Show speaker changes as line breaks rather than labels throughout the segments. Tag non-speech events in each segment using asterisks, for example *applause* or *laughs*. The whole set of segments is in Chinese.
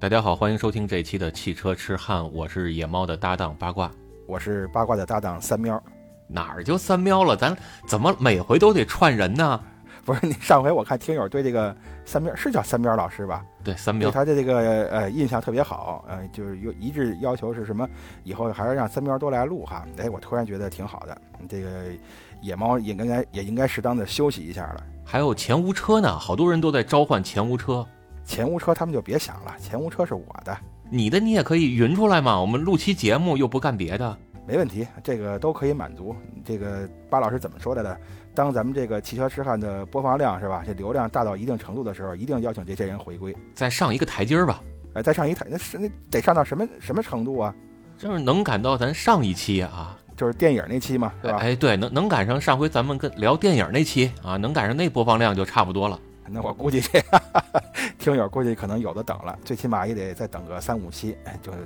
大家好，欢迎收听这一期的汽车痴汉，我是野猫的搭档八卦。
我是八卦的搭档三喵。
哪儿就三喵了？咱怎么每回都得串人呢？
*laughs* 不是你上回我看听友对这个三喵是叫三喵老师吧？
对，三
对
喵，
他的这个呃印象特别好，呃，就是有一致要求是什么？以后还是让三喵多来录哈。哎，我突然觉得挺好的，这个野猫也应该也应该适当的休息一下了。
还有前无车呢，好多人都在召唤前无车。
前无车他们就别想了，前无车是我的，
你的你也可以匀出来嘛，我们录期节目又不干别的。
没问题，这个都可以满足。这个巴老师怎么说来的？当咱们这个汽车痴汉的播放量是吧？这流量大到一定程度的时候，一定邀请这些人回归。
再上一个台阶儿吧，
哎，再上一台，那是那得上到什么什么程度啊？
就是能赶到咱上一期啊，
就是电影那期嘛，是吧？
哎，对，能能赶上上回咱们跟聊电影那期啊，能赶上那播放量就差不多了。
那我估计这 *laughs* 听友估计可能有的等了，最起码也得再等个三五期，哎就是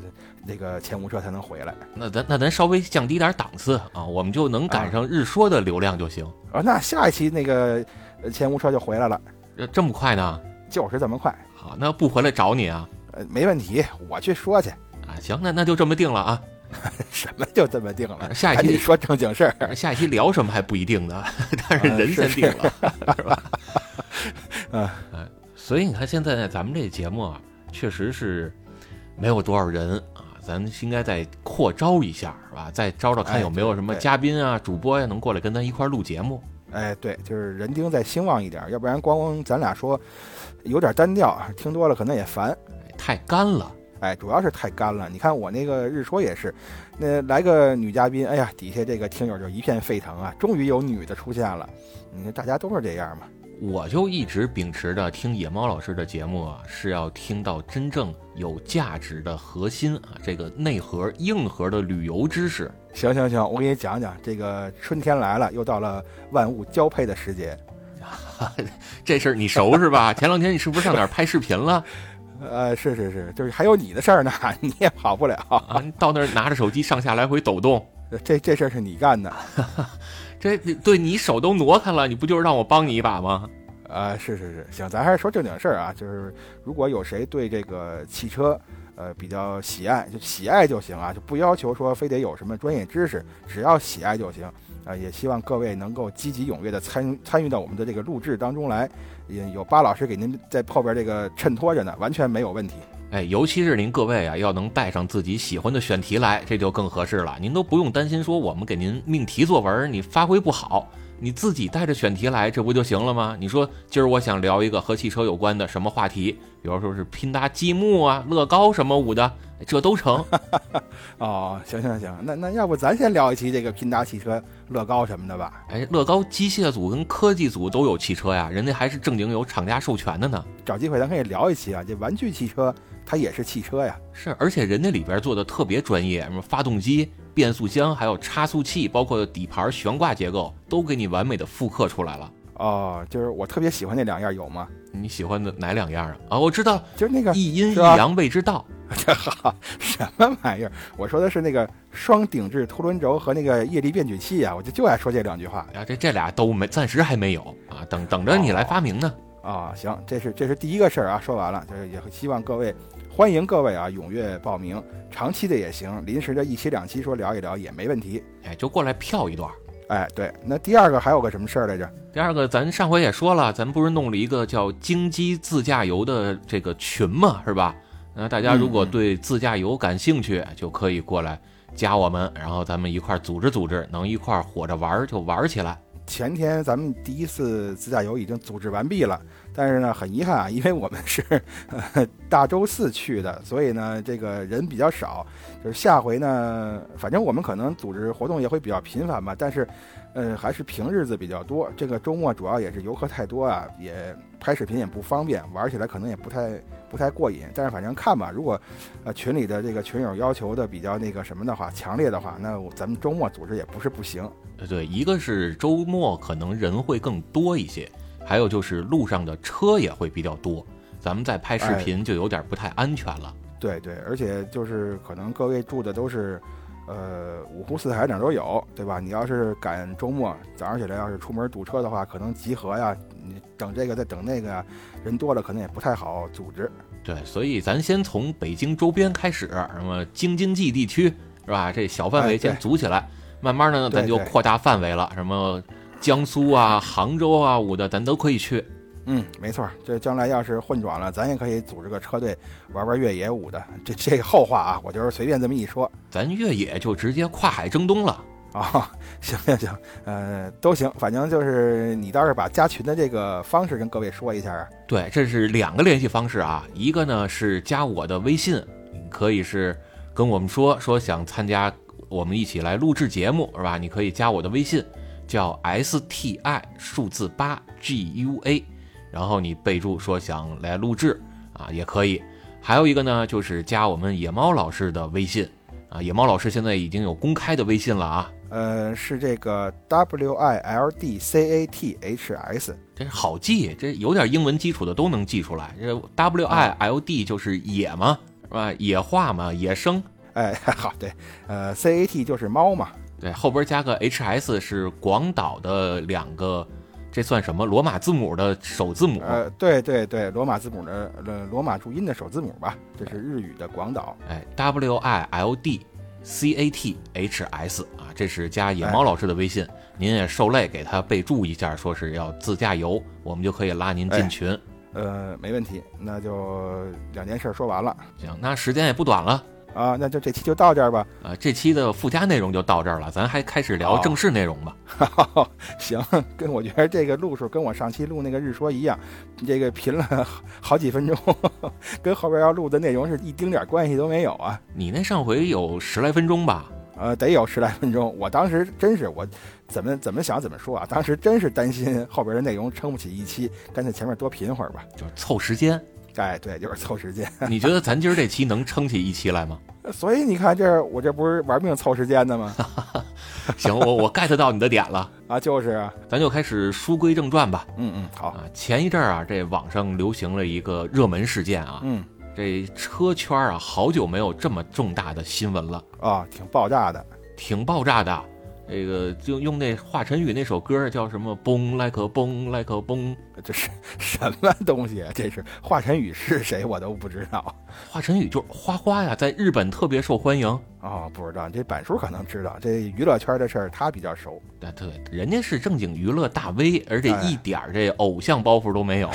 那个前无车才能回来。
那咱那咱稍微降低点档次啊，我们就能赶上日说的流量就行。
啊，那下一期那个呃前无车就回来了，
这这么快呢？
就是这么快，
好，那不回来找你啊？
呃，没问题，我去说去， *laughs*
啊，行，那那就这么定了啊。
什么就这么定了。
下一
赶紧
期
说正经事儿，
下一期聊什么还不一定呢， *laughs* 但是
啊
人先
是是
定了， *laughs* 是吧？
嗯
哎，所以你看现在咱们这节目啊，确实是没有多少人啊，咱应该再扩招一下，是吧？再招招看
哎
有没有什么
对
嘉宾啊、主播呀、能过来跟咱一块儿录节目。
哎，对，就是人丁再兴旺一点儿，要不然光咱俩说有点单调，啊听多了可能也烦。
哎太干了，
哎，主要是太干了。你看我那个日说也是，那来个女嘉宾，哎呀，底下这个听友就一片沸腾啊，终于有女的出现了。你看大家都是这样嘛，
我就一直秉持着听野猫老师的节目啊，是要听到真正有价值的核心啊，这个内核、硬核的旅游知识。
行行行，我给你讲讲，这个春天来了，又到了万物交配的时节。
这事儿你熟是吧？前两天你是不是上哪儿拍视频了
呃，是是是，就是还有你的事儿呢， *laughs* 你也跑不了，
啊？你到那儿拿着手机上下来回抖动，
这这事儿是你干的。
这对你手都挪开了，你不就是让我帮你一把吗？
啊，是是是，行，咱还是说正经事儿啊，就是如果有谁对这个汽车，呃，比较喜爱，就喜爱就行啊，就不要求说非得有什么专业知识，只要喜爱就行啊、也希望各位能够积极踊跃的参与参与到我们的这个录制当中来，也有巴老师给您在后边这个衬托着呢，完全没有问题。
哎，尤其是您各位啊，要能带上自己喜欢的选题来，这就更合适了。您都不用担心说我们给您命题作文，你发挥不好，你自己带着选题来，这不就行了吗？你说今儿我想聊一个和汽车有关的什么话题，比如说是拼搭积木啊、乐高什么舞的，哎这都成。
哦，行行行，那那要不咱先聊一期这个拼搭汽车、乐高什么的吧？
哎，乐高机械组跟科技组都有汽车呀，人家还是正经有厂家授权的呢。
找机会咱可以聊一期啊，这玩具汽车它也是汽车呀。
是，而且人家里边做的特别专业，什么发动机、变速箱，还有差速器，包括底盘、悬挂结构，都给你完美的复刻出来了。
哦，就是我特别喜欢那两样有吗？
你喜欢的哪两样啊？啊，我知道了，
就是那个 *laughs*
一阴一
是啊吧
阳谓之道。
什么玩意儿？我说的是那个双顶置凸轮轴和那个液力变矩器啊，我就就爱说这两句话
啊，这这俩都没，暂时还没有啊，等等着你来发明呢。
啊、行，这是这是第一个事儿啊，说完了，就是也希望各位欢迎各位啊踊跃报名，长期的也行，临时的一期两期说聊一聊也没问题。
哎，就过来票一段。
哎，对，那第二个还有个什么事儿来着？
第二个，咱上回也说了，咱不是弄了一个叫“京基自驾游”的这个群嘛，是吧？那大家如果
嗯嗯
对自驾游感兴趣，就可以过来加我们，然后咱们一块儿组织组织，能一块儿伙着玩儿就玩儿起来。
前天咱们第一次自驾游已经组织完毕了，但是呢，很遗憾啊，因为我们是、 *laughs* 呃、大周四去的，所以呢，这个人比较少。就是下回呢，反正我们可能组织活动也会比较频繁吧，但是，呃，还是平日子比较多。这个周末主要也是游客太多啊，也拍视频也不方便，玩起来可能也不太不太过瘾。但是反正看吧，如果呃群里的这个群友要求的比较那个什么的话，强烈的话，那我咱们周末组织也不是不行。
呃，对，一个是周末可能人会更多一些，还有就是路上的车也会比较多，咱们再拍视
哎
频就有点不太安全了。
对对，而且就是可能各位住的都是，呃，五湖四海哪儿都有，对吧？你要是赶周末早上起来要是出门堵车的话，可能集合呀，你等这个再等那个呀，人多了可能也不太好组织。
对，所以咱先从北京周边开始，什么京津冀地区是吧？这小范围
哎对
先组起来，慢慢的呢，
对
咱就
对
扩大范围了，什么江苏啊、杭州啊，我的咱都可以去。
嗯，没错儿，这将来要是混转了，咱也可以组织个车队玩玩越野舞的。这这后话啊，我就是随便这么一说
咱越野就直接跨海征东了。
啊、行行行，呃，都行，反正就是你倒是把加群的这个方式跟各位说一下啊。
对，这是两个联系方式啊，一个呢是加我的微信，可以是跟我们说说想参加我们一起来录制节目是吧？你可以加我的微信，叫 S T I 数字八 G U A，然后你备注说想来录制啊也可以。还有一个呢就是加我们野猫老师的微信啊，野猫老师现在已经有公开的微信了啊，
呃，是这个 W I L D C A T H S，
这好记，这有点英文基础的都能记出来。这 W I L D 就是野嘛，是吧？野化嘛，野生。
哎， *laughs* 好，对，呃，C A T 就是猫嘛，
对，后边加个 H S 是广岛的两个，这算什么？罗马字母的首字母。
呃，对对对，罗马字母的呃罗马注音的首字母吧，这是日语的广岛。
哎，W I L D C A T H S 啊，这是加野猫老师的微信，
哎
您也受累给他备注一下，说是要自驾游，我们就可以拉您进
哎
群。
呃，没问题，那就两件事儿说完了
行，那时间也不短了。
啊，那就这期就到这儿吧。 *laughs*
啊，这期的附加内容就到这儿了，咱还开始聊
好
正式内容吧。
行，跟我觉得这个路数跟我上期录那个日说一样，这个贫了 *laughs* 好好几分钟，跟后边要录的内容是一丁点儿关系都没有啊。
你那上回有十来分钟吧？
呃，得有十来分钟。我当时真是我怎么怎么想怎么说啊，当时真是担心后边的内容撑不起一期，干脆前面多贫会儿吧。
就是凑时
*laughs*
间。
哎，对，就是凑时间。 *laughs*
你觉得咱今儿这期能撑起一期来吗？
所以你看这儿我这不是玩命凑时间的吗？
行，我我 get 到你的点了， *laughs*
啊，就是啊，
咱就开始书归正传吧。
嗯嗯，好，
啊，前一阵儿啊，这网上流行了一个热门事件啊，
嗯
这车圈儿啊，好久没有这么重大的新闻了，
啊，挺爆炸的。
挺爆炸的。这个就用那华晨宇那首歌叫什么“嘣 like a 嘣 like a 嘣
这是什么东西啊？这是华晨宇是谁？我都不知道”，
华晨宇就是花花呀，在日本特别受欢迎。
哦，不知道。这板叔可能知道，这娱乐圈的事儿他比较熟。
对对，人家是正经娱乐大 V，而且
哎
一点儿这偶像包袱都没有。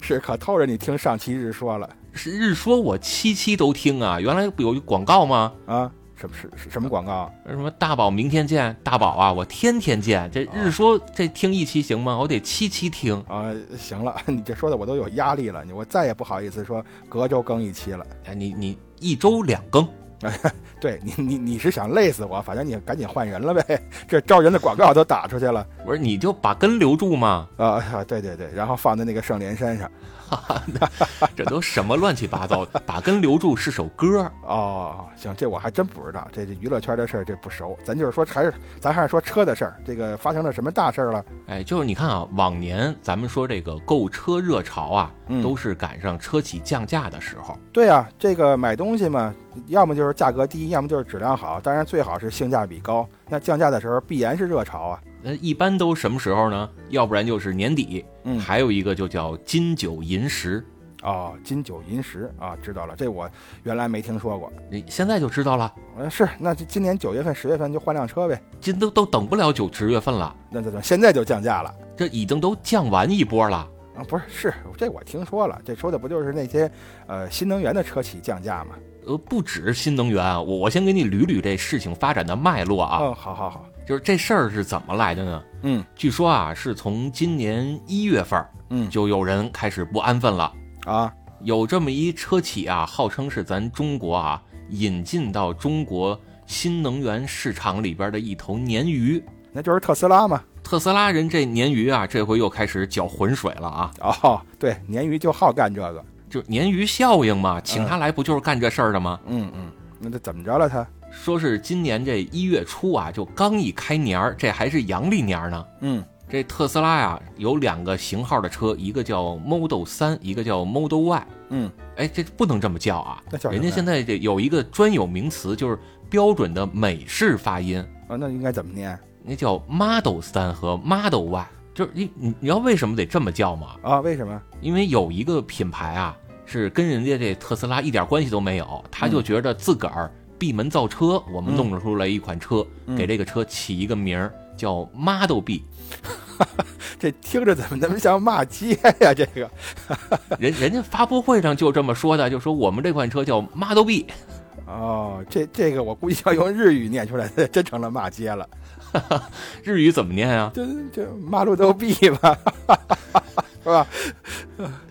是可透着你听上期日说了
是日说我七期都听啊，原来不有一广告吗？
啊，什么是是什么广告？啊
什么大宝明天见，大宝啊，我天天见。这日说这听一期行吗？我得七期听。
啊，行了， *laughs* 你这说的我都有压力了，你我再也不好意思说隔周更一期了。
哎，你你一周两更，
对你，你你是想累死我？反正你赶紧换人了呗，这招人的广告都打出去了
我说你就把根留住嘛，
啊 *laughs* 啊！对对对，然后放在那个圣莲山上。
这都什么乱七八糟的？把根留住是首歌，
哦，行，这我还真不知道，这这娱乐圈的事儿这不熟，咱就是说还是咱还是说车的事儿，这个发生了什么大事儿了？
哎，就是你看啊，往年咱们说这个购车热潮啊，
嗯
都是赶上车企降价的时候。
对啊，这个买东西嘛，要么就是价格低，要么就是质量好，当然最好是性价比高。那降价的时候必然是热潮啊。
那一般都什么时候呢？要不然就是年底，
嗯
还有一个就叫金九银十。
哦，金九银十啊，知道了，这我原来没听说过。
你现在就知道了，
嗯，是，那就今年九月份、十月份就换辆车呗。
今都都等不了九十月份了，
那怎么现在就降价了？
这已经都降完一波了。
啊，不是，是这我听说了，这说的不就是那些呃新能源的车企降价吗？
呃，不止新能源啊，我我先给你捋捋这事情发展的脉络啊，
嗯，好好好，
就是这事儿是怎么来的呢？
嗯
据说啊，是从今年一月份儿
嗯
就有人开始不安分了，
啊，
有这么一车企啊，号称是咱中国啊引进到中国新能源市场里边的一头鲶鱼。
那就是特斯拉嘛。
特斯拉人这鲶鱼啊，这回又开始搅浑水了啊！
哦，对，鲶鱼就好干这个。
就鲶鱼效应嘛，请他来不就是干这事儿的吗？
嗯嗯，那这怎么着了他？
说是今年这一月初啊，就刚一开年儿，这还是阳历年儿呢。
嗯
这特斯拉呀、有两个型号的车，一个叫 Model 三，一个叫 Model Y。
嗯，
哎，这不能这么叫啊
那叫，什
人
么
家现在这有一个专有名词，就是标准的美式发音，
啊，那应该怎么念
那叫 Model 三和 Model Y。就是你你你知道为什么得这么叫吗？
啊？为什么？
因为有一个品牌啊，是跟人家这特斯拉一点关系都没有，他就觉得自个儿闭门造车，我们弄出来一款车，
嗯
给这个车起一个名儿叫 Model B。
这听着怎么那么像骂街呀、这个
人人家发布会上就这么说的，就说我们这款车叫 Model B。
哦，这这个我估计要用日语念出来，这真成了骂街了。
日语怎么念啊？
这这马路都闭吧，是吧？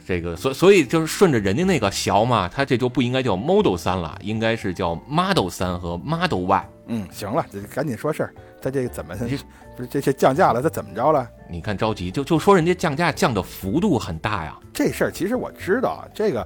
这个，所所以就是顺着人家那个学嘛，它这就不应该叫 Model 三了，应该是叫 Model 三和 Model Y。
嗯，行了，这赶紧说事儿。他这个怎么
你
不是这这降价了？他怎么着了？
你看着急，就就说人家降价降的幅度很大呀。
这事儿其实我知道啊，这个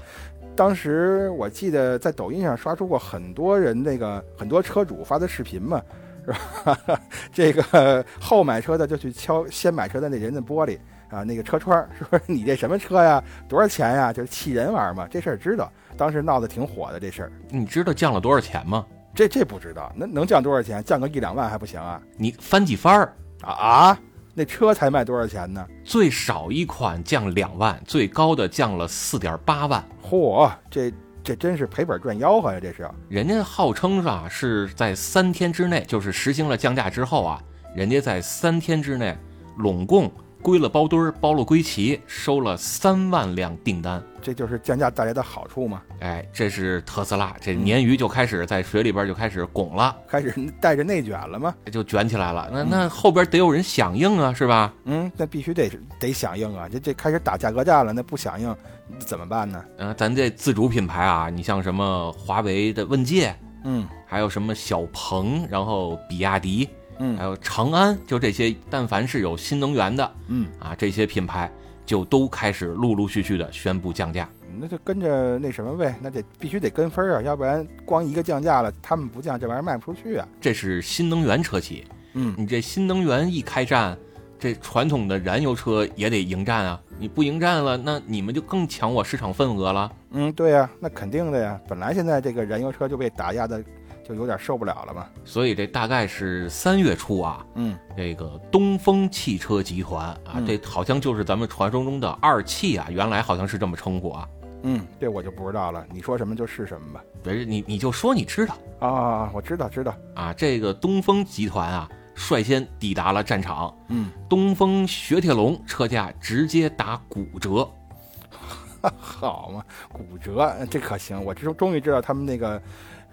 当时我记得在抖音上刷出过很多人那个很多车主发的视频嘛，是吧？ *laughs* 这个后买车的就去敲先买车的那人的玻璃啊，那个车窗儿 *laughs* 说你这什么车呀，多少钱呀，就是气人玩儿嘛。这事儿知道，当时闹得挺火的这事儿。
你知道降了多少钱吗？
这这不知道，能能降多少钱？降个一两万还不行啊？
你翻几番儿，
啊啊！那车才卖多少钱呢？
最少一款降两万，最高的降了四点八万。
嚯，这这真是赔本赚吆喝呀！这是，
人家号称是啊是在三天之内，就是实行了降价之后啊，人家在三天之内拢共归了包堆儿，包了归齐，收了三万辆订单。
这就是降价带来的好处嘛。
哎，这是特斯拉，这鲶鱼就开始在水里边就开始拱了，
开始带着内卷了吗？
就卷起来了。那那后边得有人响应啊，是吧？
嗯，那必须得得响应啊！这这开始打价格战了，那不响应怎么办呢？
嗯、咱这自主品牌啊，你像什么华为的问界，
嗯
还有什么小鹏，然后比亚迪，还
嗯
有长安，就这些，但凡是有新能源的
嗯，
啊，这些品牌就都开始陆陆续续的宣布降价。
那就跟着那什么呗，那得必须得跟分啊，要不然光一个降价了，他们不降，这玩意儿卖不出去啊。
这是新能源车企，
嗯，
你这新能源一开战，这传统的燃油车也得迎战啊！你不迎战了，那你们就更抢我市场份额了。
嗯，对呀、那肯定的呀。本来现在这个燃油车就被打压的，就有点受不了了嘛。
所以这大概是三月初啊，
嗯
这个东风汽车集团啊，
嗯
这好像就是咱们传说中的二汽啊，原来好像是这么称呼啊。
嗯，这我就不知道了，你说什么就是什么吧。
不是你你就说你知道
啊，我知道知道。
啊，这个东风集团啊，率先抵达了战场，
嗯，
东风雪铁龙车价直接打骨折。
*laughs* 好嘛，骨折这可行。我终终于知道他们那个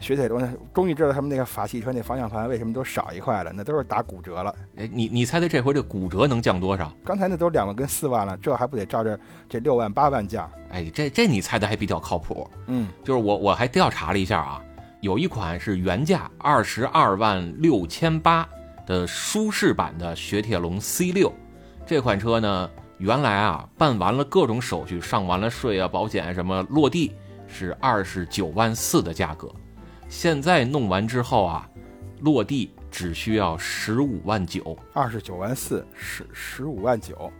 雪铁龙，终于知道他们那个法系车那方向盘为什么都少一块了，那都是打骨折了。
哎，你你猜猜这回这骨折能降多少？
刚才那都两万跟四万了，这还不得照着这六万八万降？
哎，这这你猜的还比较靠谱。
嗯
就是我我还调查了一下啊，有一款是原价二十二万六千八的舒适版的雪铁龙 C 六，这款车呢，原来啊办完了各种手续，上完了税啊、保险啊什么，落地是二十九万四的价格，现在弄完之后啊，落地只需要十五万九。
二十九万四，十十五万九，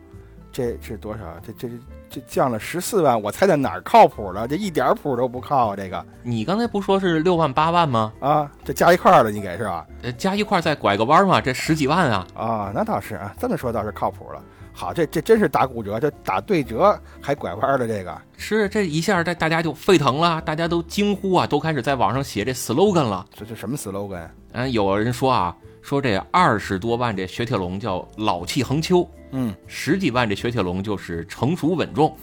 这是多少？啊这这这降了十四万，我猜在哪儿靠谱了？这一点儿谱都不靠啊！这个
你刚才不说是六万八万吗？
啊，这加一块儿了，你给是吧？
呃，加一块儿再拐个弯儿嘛，这十几万啊！
啊，那倒是啊，这么说倒是靠谱了。好，这这真是打骨折，这打对折还拐弯儿的这个。
是这一下，这大家就沸腾了，大家都惊呼啊，都开始在网上写这 slogan 了。
这这什么 slogan？
嗯，有人说啊，说这二十多万这雪铁龙叫老气横秋，
嗯
十几万这雪铁龙就是成熟稳重。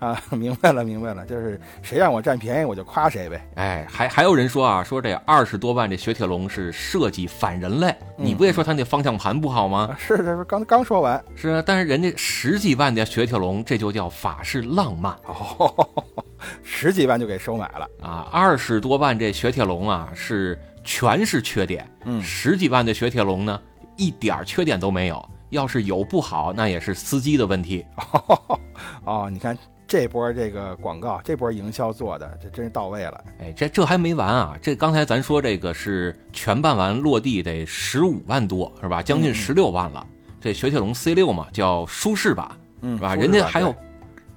啊， *laughs* 明白了，明白了，就是谁让我占便宜我就夸谁呗。
哎，还还有人说啊，说这二十多万这雪铁龙是设计反人类，你不也说它那方向盘不好吗？
啊，是这不刚刚说完
是啊，但是人家十几万的雪铁龙，这就叫法式浪漫
哦，十几万就给收买了。
啊！二十多万这雪铁龙啊，是全是缺点。
嗯
十几万的雪铁龙呢，一点儿缺点都没有。要是有不好，那也是司机的问题。
哦，你看这波这个广告，这波营销做的这真是到位了。
哎，这这还没完啊！这刚才咱说这个是全办完落地得十五万多是吧？将近
嗯
十六万了。这雪铁龙 C 六嘛，叫舒适版
嗯，
是吧？
说
人家
吧
还有，，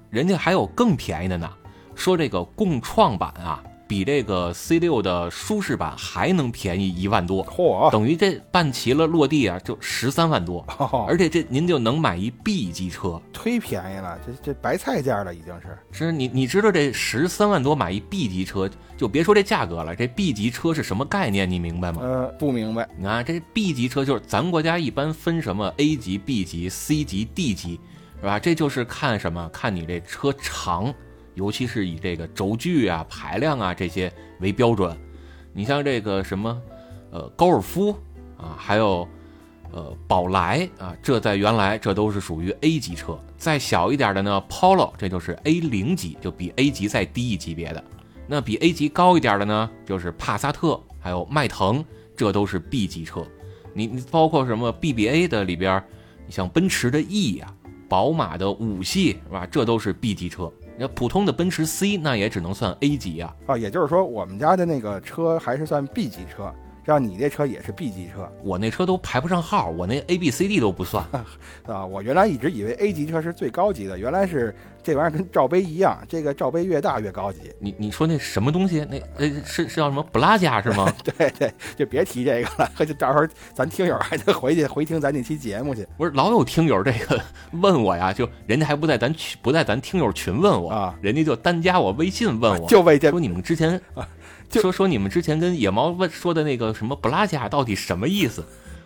人家还有更便宜的呢。说这个共创版啊，比这个 C 六的舒适版还能便宜一万多， *laughs*
嚯，
等于这办齐了落地啊就十三万多，
哦
而且这您就能买一 B 级车。
忒便宜了，这这白菜价了已经是。
是你你知道这十三万多买一 B 级车，就别说这价格了，这 B 级车是什么概念？你明白吗？
呃，不明白。
你啊看这 B 级车就是咱国家一般分什么 A 级、B 级、C 级、D 级，是吧？这就是看什么？看你这车长，尤其是以这个轴距啊、排量啊这些为标准。你像这个什么，呃，高尔夫啊，还有呃宝来啊，这在原来这都是属于 A 级车。再小一点的呢，Polo 这就是 A 零级，就比 A 级再低一级别的。那比 A 级高一点的呢，就是帕萨特，还有迈腾，这都是 B 级车。你你包括什么 BBA 的里边儿，你像奔驰的 E 呀、宝马的五系是吧？这都是 B 级车。那普通的奔驰 C 那也只能算 A 级呀、
啊，也就是说我们家的那个车还是算 B 级车，让你这车也是 B 级车
我那车都排不上号，我那 A、B、C、D 都不算。
啊。我原来一直以为 A 级车是最高级的，原来是这玩意儿跟罩杯一样，这个罩杯越大越高级。 *laughs*
你你说那什么东西？那那是是叫什么布拉加是吗？ *laughs*
对对，就别提这个了，就到时候咱听友还得回去回听咱那期节目去
不是，老有听友这个问我呀，就人家还不在咱群不在咱听友群问我，
啊。
人家就单加我微信问我，
就为这
说你们之前
啊就
说说你们之前跟野猫问说的那个什么布拉加到底什么意思？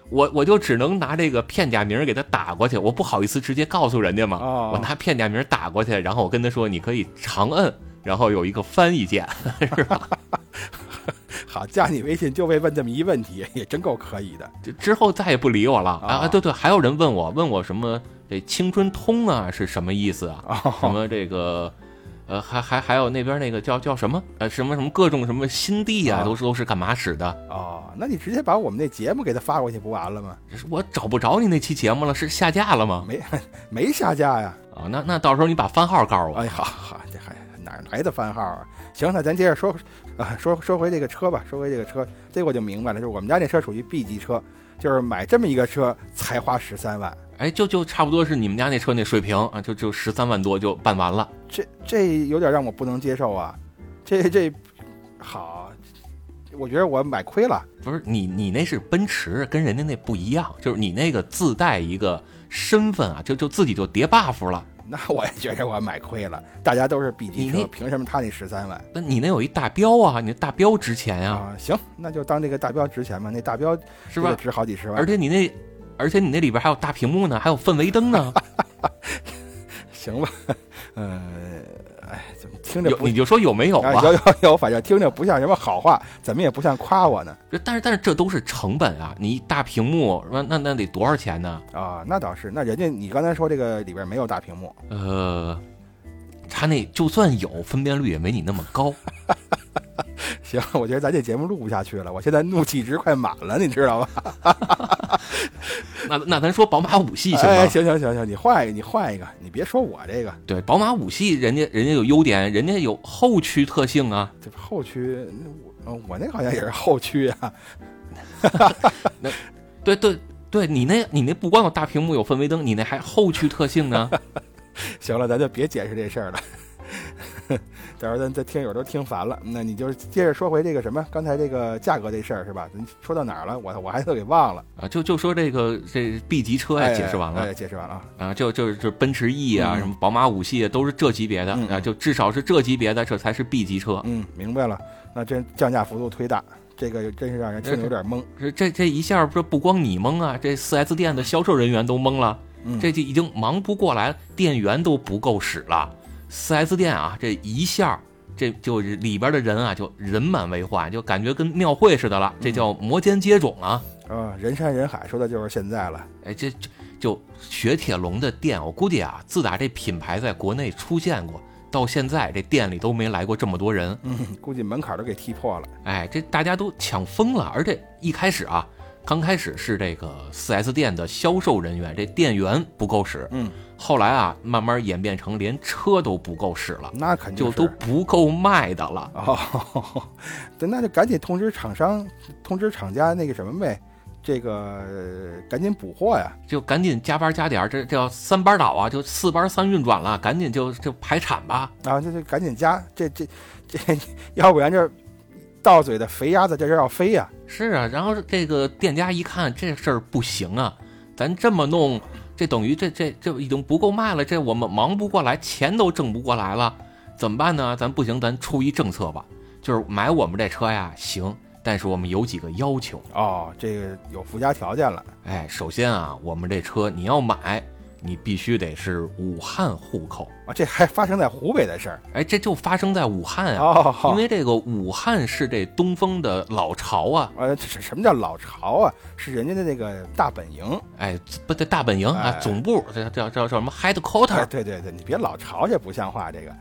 我我就只能拿这个片假名给他打过去，我不好意思直接告诉人家嘛，
哦
我拿片假名打过去，然后我跟他说你可以长摁，然后有一个翻译键，
好加你微信，就为问这么一问题，也真够可以的。
就之后再也不理我了
哦
啊！对对，还有人问我问我什么这青春通啊是什么意思啊？什
哦
么这个，呃，还还还有那边那个叫叫什么呃什么什么各种什么新地啊，
啊
都是都是干嘛使的？
哦，那你直接把我们那节目给他发过去不完了吗？
是我找不着你那期节目了，是下架了吗？
没没下架呀。
啊，那那到时候你把番号告诉我。
哎，好好，这还哪儿来的番号啊？行，那咱接着说，啊，说说回这个车吧，说回这个车，这我就明白了，就是我们家这车属于 B 级车，就是买这么一个车才花十三万，
哎，就就差不多是你们家那车那水平啊，就就十三万多就办完了。
这这有点让我不能接受啊，这这好，我觉得我买亏了，
不是你你那是奔驰，跟人家那不一样，就是你那个自带一个身份啊，就就自己就叠 buff 了。
那我也觉得我买亏了，大家都是 B 级
你
车，
那
凭什么他那十三万？
那你那有一大标啊，你那大标值钱呀、
啊，行，那就当这个大标值钱吧，那大标
是吧
就得？值好几十万
而，且你那，而且你那里边还有大屏幕呢，还有氛围灯
*laughs*
呢，
行吧， *laughs* 呃，哎，怎么听着
有
不
你就说有没有
啊，
吧？
有有有，反正听着不像什么好话，怎么也不像夸我呢。
这但是但是这都是成本啊，你一大屏幕那那那得多少钱呢？
啊，那倒是，那人家你刚才说这个里边没有大屏幕，
呃，他那就算有分辨率也没你那么
*laughs*
高。
行，我觉得咱这节目录不下去了，我现在怒气值快满了，你知
*laughs*
道吧？
那那咱说宝马五系行吗？
哎，行行行行，你换一个，你换一个，你别说我这个，
对，宝马五系人家人家有优点，人家有后驱特性啊。
这后驱，我我那好像也是后驱啊，
对对对，你那你那不光有大屏幕有氛围灯，你那还后驱特性啊
*laughs*
呢。
行了，咱就别解释这事儿了。 *laughs* 到时候咱这听友都听烦了，那你就接着说回这个什么，刚才这个价格这事儿是吧？你说到哪儿了？我我还都给忘了。
啊，就就说这个这 B 级车呀，
哎，
解释完了、
哎，解释完了啊。
啊，就就是就是奔驰 E 啊，
嗯
什么宝马五系啊，都是这级别的、
嗯
啊，就至少是这级别的，这才是 B 级车。
嗯，明白了。那这降价幅度忒大，这个真是让人听着有点懵。
这这这一下不不光你懵啊，这 4S 店的销售人员都懵了，
嗯，
这就已经忙不过来，店员都不够使了。4S 店啊，这一下这就是里边的人啊，就人满为患，就感觉跟庙会似的了，这叫摩肩接踵啊！
啊，人山人海，说的就是现在了。
哎，这这就雪铁龙的店，我估计啊，自打这品牌在国内出现过。到现在这店里都没来过这么多人，
嗯，估计门槛都给踢破了。
哎，这大家都抢疯了。而且一开始啊，刚开始是这个 4S 店的销售人员，这店员不够使，
嗯，
后来啊，慢慢演变成连车都不够使了，
那肯定
就是都不够卖的了。
*laughs* 哦，对，那就赶紧通知厂商，通知厂家那个什么呗，这个赶紧补货呀！
就赶紧加班加点儿，这这要三班倒啊，就四班三运转了，赶紧就就排产吧。
啊，这就赶紧加，这这这，要不然这到嘴的肥鸭子这是要飞呀！
是啊，然后这个店家一看这事儿不行啊，咱这么弄，这等于这这这已经不够卖了，这我们忙不过来，钱都挣不过来了，怎么办呢？咱不行，咱出一政策吧，就是买我们这车呀，行，但是我们有几个要求。
哦，这个有附加条件了，
哎，首先啊，我们这车你要买，你必须得是武汉户口。
啊，这还发生在湖北的事儿
哎，这就发生在武汉啊，
哦，
因为这个武汉是这东风的老巢啊，
呃，这什么叫老巢啊？是人家的那个大本营。
哎，不对，大本营啊，
哎
总部这叫叫叫什么
哎
headquarter
对对对，你别老巢这不像话，这个。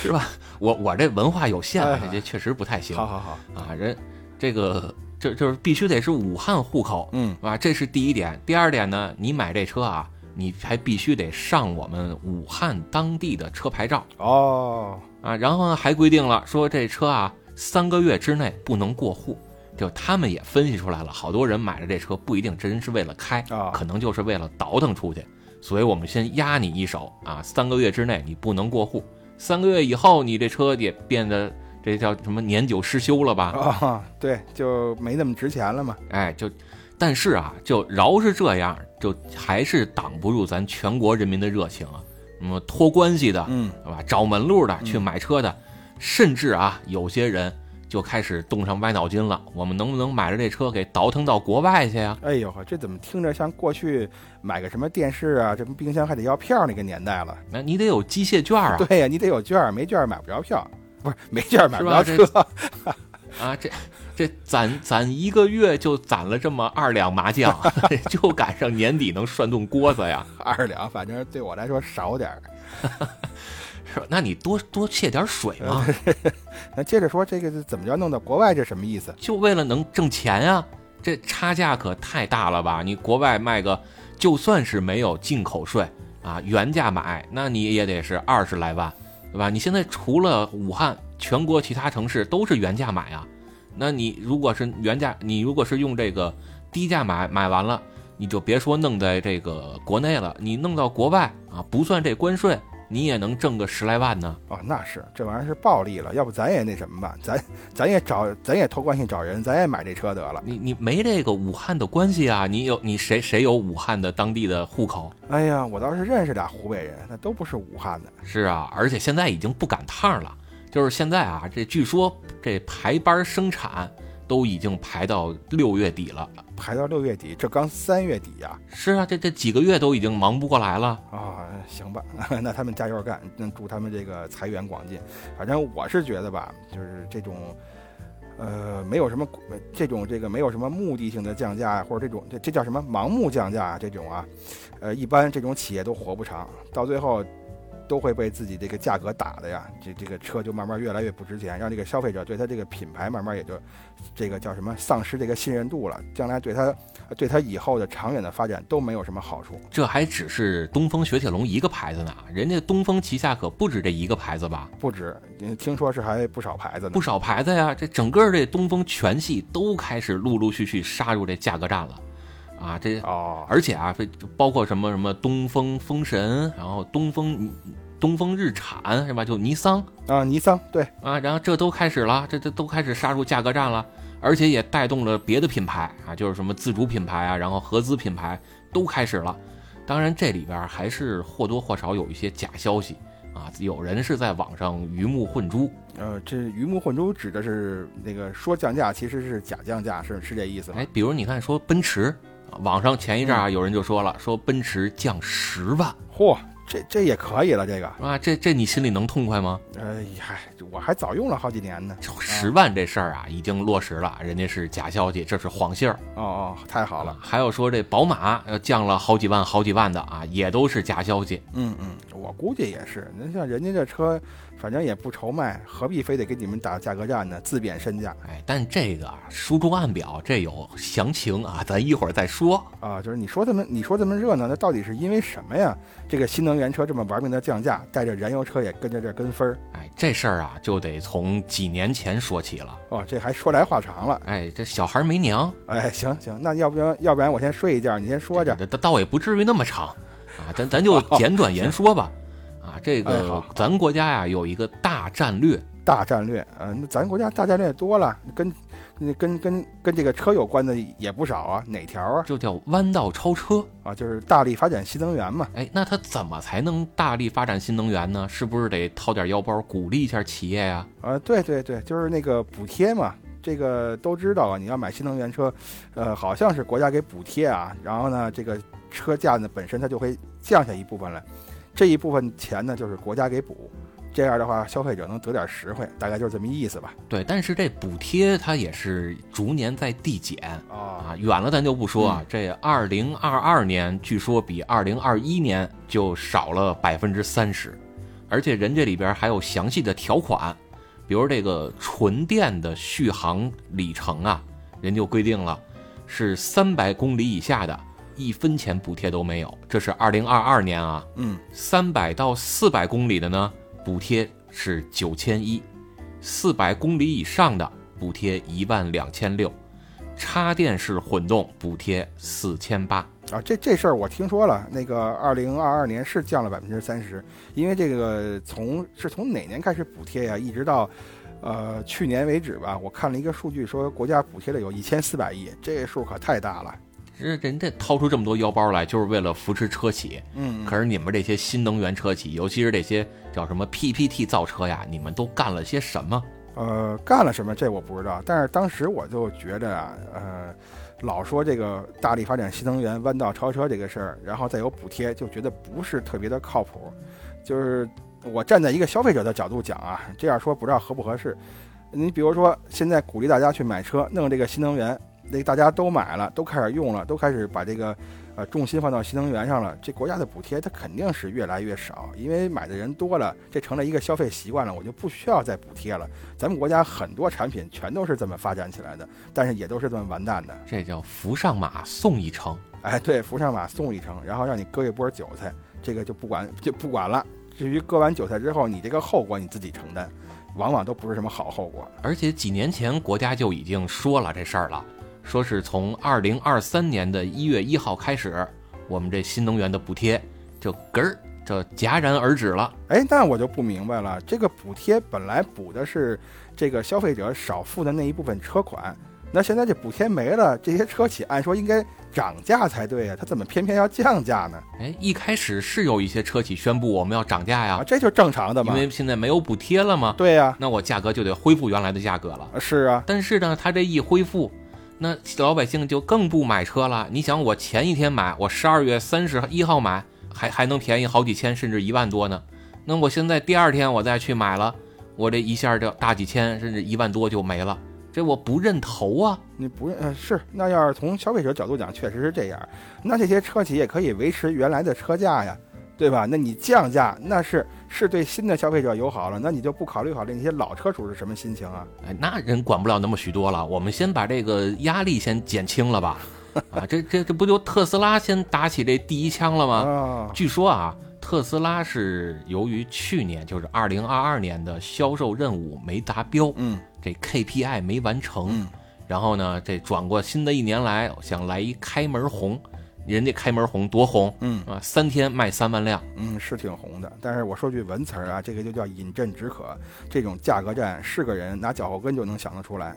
是吧？我我这文化有限啊
哎，
这确实不太行
好
啊，
好好，
人这个这就是必须得是武汉户口
嗯，
啊，这是第一点。第二点呢，你买这车啊，你还必须得上我们武汉当地的车牌照。
哦，
啊，然后呢还规定了说这车啊三个月之内不能过户。就他们也分析出来了，好多人买了这车不一定真是为了开
啊，
可能就是为了倒腾出去。所以我们先压你一手啊，三个月之内你不能过户，三个月以后你这车也变得这叫什么年久失修了吧？
哦，对，就没那么值钱了嘛。
哎，就但是啊，就饶是这样，就还是挡不住咱全国人民的热情啊。那么托关系的，
嗯，
对吧？找门路的
嗯
去买车的，甚至啊，有些人就开始动上歪脑筋了。我们能不能买着这车给倒腾到国外去呀？
哎呦呵，这怎么听着像过去买个什么电视啊，什么冰箱还得要票那个年代了？
那你得有机械券啊！
对呀、你得有券儿，没券儿买不着票，不是没券儿买
是
不
吧
着
这
车。
啊，这这攒攒一个月就攒了这么二两麻将， *laughs* 就赶上年底能涮顿锅子呀。
二两，反正对我来说少点儿。
是吧？那你多多卸点水嘛，
那接着说这个怎么着弄到国外，这什么意思？
就为了能挣钱呀、这差价可太大了吧？你国外卖个，就算是没有进口税啊，原价买，那你也得是二十来万，对吧？你现在除了武汉，全国其他城市都是原价买啊。那你如果是原价，你如果是用这个低价买，买完了你就别说弄在这个国内了，你弄到国外啊，不算这关税，你也能挣个十来万呢。
哦，那是这玩意儿是暴利了，要不咱也那什么吧，咱咱也找咱也托关系找人，咱也买这车得了。
你你没这个武汉的关系啊？你有你谁谁有武汉的当地的户口？
哎呀，我倒是认识俩湖北人，那都不是武汉的。
是啊，而且现在已经不赶趟了，就是现在啊，这据说这排班生产都已经排到六月底了。
排到六月底，这刚三月底呀、
是啊，这这几个月都已经忙不过来了。
啊！行吧， *laughs* 那他们加油干，那祝他们这个财源广进。反正我是觉得吧，就是这种，呃，没有什么这种这个没有什么目的性的降价，或者这种呃这这叫什么盲目降价啊这种啊，呃，一般这种企业都活不长，到最后都会被自己这个价格打的呀，这这个车就慢慢越来越不值钱，让这个消费者对他这个品牌慢慢也就这个叫什么丧失这个信任度了，将来对他对他以后的长远的发展都没有什么好处。
这还只是东风雪铁龙一个牌子呢，人家东风旗下可不止这一个牌子吧，
不止，嗯听说是还不少牌子呢
不。少牌子呀。这整个这东风全系都开始陆陆续续杀入这价格战了，啊，这
哦，
而且啊，这包括什么什么东风风神，然后东风嗯东风日产是吧？就尼桑
啊，尼桑对，
啊，然后这都开始了，这这都开始杀入价格战了，而且也带动了别的品牌啊，就是什么自主品牌啊，然后合资品牌都开始了。当然，这里边还是或多或少有一些假消息啊，有人是在网上鱼目混珠，
呃，这鱼目混珠指的是那个说降价，其实是假降价，是是这意思吗
哎？，比如你看说奔驰，啊网上前一阵儿啊有人就说了，说奔驰降十万
嚯、这这也可以了，这个，
啊，这这你心里能痛快吗？
哎呀，我还早用了好几年呢。
十万这事儿啊，已经落实了，人家是假消息，这是黄信儿。
哦哦，太好了，
还有说这宝马要降了好几万、好几万的啊，也都是假消息。
嗯嗯，我估计也是。那像人家这车，反正也不愁卖，何必非得跟你们打价格战呢？自贬身价
哎，但这个啊书中暗表，这有详情啊，咱一会儿再说。
啊！就是你说这么你说这么热闹，那到底是因为什么呀？这个新能源车这么玩命的降价，带着燃油车也跟着这儿跟风儿。
哎，这事儿啊，就得从几年前说起了。
哦，这还说来话长了。
哎，这小孩没娘，
哎，行行，那要不然要不然我先睡一觉，你先说着。
这倒倒也不至于那么长啊，咱咱就简短言说吧。啊，这
哎好
个咱国家呀有一个大战略，
大战略，呃，那咱国家大战略多了，跟那跟跟跟这个车有关的也不少啊，哪条啊？
就叫弯道超车。
啊，就是大力发展新能源嘛。
哎，那他怎么才能大力发展新能源呢？是不是得掏点腰包鼓励一下企业呀、
啊，对对对，就是那个补贴嘛。这个都知道啊，你要买新能源车，呃，好像是国家给补贴啊，然后呢，这个车价呢本身它就会降下一部分来，这一部分钱呢就是国家给补，这样的话消费者能得点实惠，大概就是这么意思吧。
对，但是这补贴它也是逐年在递减。
啊，
啊，远了咱就不说啊，这二零二二年据说比二零二一年就少了百分之三十，而且人这里边还有详细的条款，比如这个纯电的续航里程啊，人就规定了是三百公里以下的，一分钱补贴都没有，这是二零二二年啊，
嗯，
三百到四百公里的呢，补贴是九千一；四百公里以上的补贴一万两千六；插电式混动补贴四千八。
啊，这这事儿我听说了，那个二零二二年是降了百分之三十，因为这个从是从哪年开始补贴呀、一直到。呃，去年为止吧，我看了一个数据，说国家补贴了有一千四百亿，这数可太大了。
这人这掏出这么多腰包来，就是为了扶持车企。
嗯，
可是你们这些新能源车企，尤其是这些叫什么 PPT 造车呀，你们都干了些什么？
呃，干了什么这我不知道，但是当时我就觉着啊，呃，老说这个大力发展新能源、弯道超车这个事儿，然后再有补贴，就觉得不是特别的靠谱。就是我站在一个消费者的角度讲啊，这样说不知道合不合适。你比如说，现在鼓励大家去买车，弄这个新能源，那大家都买了，都开始用了，都开始把这个呃重心放到新能源上了，这国家的补贴它肯定是越来越少，因为买的人多了，这成了一个消费习惯了，我就不需要再补贴了。咱们国家很多产品全都是这么发展起来的，但是也都是这么完蛋的。
这叫扶上马送一程。
哎，对，扶上马送一程，然后让你割一波韭菜，这个就不管就不管了。至于割完韭菜之后，你这个后果你自己承担，往往都不是什么好后果。
而且几年前国家就已经说了这事儿了，说是从二零二三年的一月一号开始，我们这新能源的补贴就嗝儿就戛然而止了。
哎，那我就不明白了，这个补贴本来补的是这个消费者少付的那一部分车款，那现在这补贴没了，这些车企按说应该涨价才对呀、它怎么偏偏要降价呢？
哎，一开始是有一些车企宣布我们要涨价
啊，
呀，
这就是正常的
因
嘛。
为现在没有补贴了嘛，
对呀、
那我价格就得恢复原来的价格了。
是啊，
但是呢，它这一恢复，那老百姓就更不买车了。你想，我前一天买，我十二月三十一号买，还还能便宜好几千，甚至一万多呢。那我现在第二天我再去买了，我这一下就大几千，甚至一万多就没了。这我不认头啊！
你不认、呃、是？那要是从消费者角度讲，确实是这样。那这些车企也可以维持原来的车价呀，对吧？那你降价，那是是对新的消费者友好了。那你就不考虑考虑那些老车主是什么心情啊？
哎，那人管不了那么许多了。我们先把这个压力先减轻了吧。啊，这这这不就特斯拉先打起这第一枪了吗？
啊，
据说啊，特斯拉是由于去年就是二零二二年的销售任务没达标，
嗯
这 KPI 没完成，
嗯
然后呢，这转过新的一年来想来一开门红，人家开门红多红
嗯
啊，三天卖三万辆，
嗯，是挺红的。但是我说句文词儿啊，这个就叫饮鸩止渴。这种价格战是个人拿脚后跟就能想得出来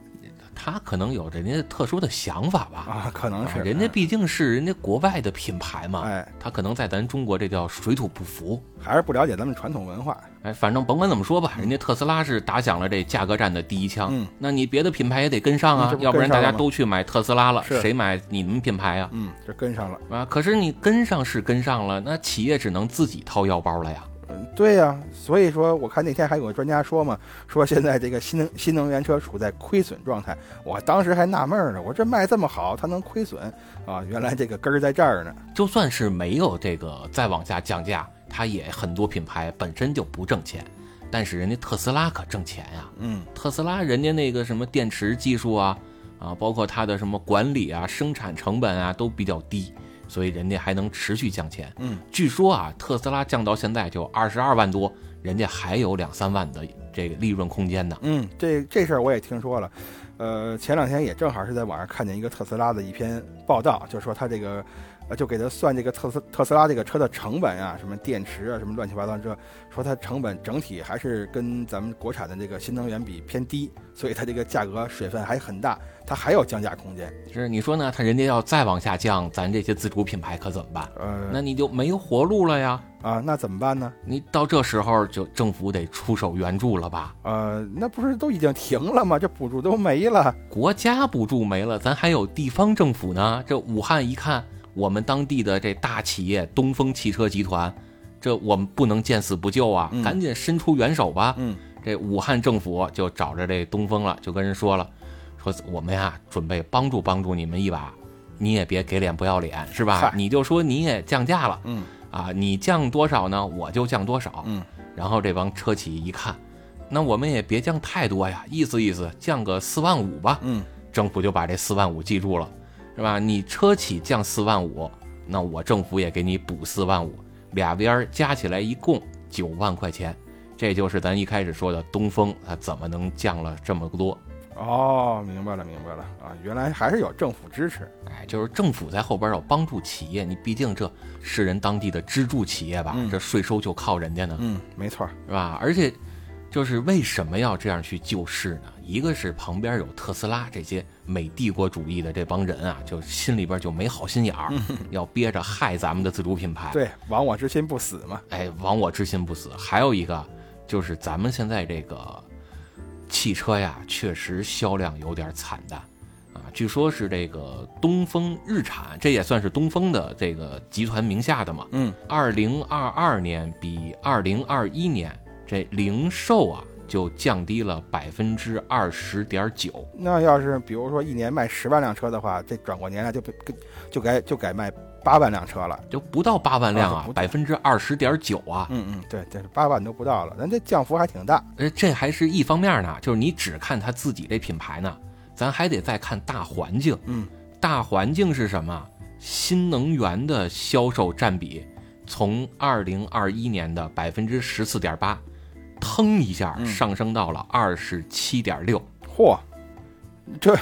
他可能有人家特殊的想法吧。
啊，可能
啊
是
人家毕竟是人家国外的品牌嘛，
哎，
他可能在咱中国这叫水土不服。
还是不了解咱们传统文化。
哎，反正甭管怎么说吧，人家特斯拉是打响了这价格战的第一枪。
嗯
那你别的品牌也得跟上啊，
嗯这不
要不然
跟
大
上
家
了吗
都去买特斯拉了，
是
谁买你们品牌啊？
嗯，这跟上了。
啊，可是你跟上是跟上了，那企业只能自己掏腰包了呀。
嗯，对呀、所以说我看那天还有个专家说嘛，说现在这个新能 *laughs* 新能源车处在亏损状态，我当时还纳闷儿呢，我说这卖这么好，它能亏损啊？原来这个根儿在这儿呢。
就算是没有这个再往下降价，它也很多品牌本身就不挣钱，但是人家特斯拉可挣钱呀、
嗯，
特斯拉人家那个什么电池技术啊，啊，包括它的什么管理啊、生产成本啊都比较低，所以人家还能持续降钱。
嗯，
据说啊，特斯拉降到现在就二十二万多，人家还有两三万的这个利润空间呢。
嗯，这这事儿我也听说了，呃，前两天也正好是在网上看见一个特斯拉的一篇报道，就说它这个，呃，就给它算这个特斯特斯拉这个车的成本啊，什么电池啊，什么乱七八糟这，说它成本整体还是跟咱们国产的这个新能源比偏低，所以它这个价格水分还很大，它还有降价空间。
是你说呢？他人家要再往下降，咱这些自主品牌可怎么办？
呃，
那你就没活路了呀！
啊，那怎么办呢？
你到这时候就政府得出手援助了吧？
呃，那不是都已经停了吗？这补助都没了。
国家补助没了，咱还有地方政府呢。这武汉一看，我们当地的这大企业东风汽车集团，这我们不能见死不救啊，
嗯
赶紧伸出援手吧。
嗯，
这武汉政府就找着这东风了，就跟人说了，说我们呀、准备帮助帮助你们一把，你也别给脸不要脸是吧
嗨？
你就说你也降价了，
嗯
啊，你降多少呢，我就降多少。
嗯，
然后这帮车企一看，那我们也别降太多呀，意思意思，降个四万五吧。
嗯
政府就把这四万五记住了，是吧？你车企降四万五，那我政府也给你补四万五，俩边儿加起来一共九万块钱。这就是咱一开始说的东风，它怎么能降了这么多？
哦，明白了，明白了啊，原来还是有政府支持。
哎，就是政府在后边儿要帮助企业，你毕竟这是人当地的支柱企业吧，
嗯
这税收就靠人家呢。
嗯，没错儿。
是吧？而且，就是为什么要这样去救市呢？一个是旁边有特斯拉这些美帝国主义的这帮人啊，就心里边就没好心眼儿，要憋着害咱们的自主品牌。，
对，亡我之心不死嘛。
哎，亡我之心不死。还有一个就是咱们现在这个汽车呀，确实销量有点惨淡啊。据说是这个东风日产，这也算是东风的这个集团名下的嘛。
嗯，
二零二二年比二零二一年这零售啊就降低了百分之二十点九，
那要是比如说一年卖十万辆车的话，这转过年来就被就改就改卖八万辆车了。
就不到八万辆
啊
啊，
不到
百分之二十点九啊，
嗯嗯，对，这八万都不到了，咱这降幅还挺大。
而呃这还是一方面呢，就是你只看他自己这品牌呢，咱还得再看大环境。
嗯，
大环境是什么？新能源的销售占比从二零二一年的百分之十四点八，腾一下
嗯
上升到了二十七点六。
嚯，这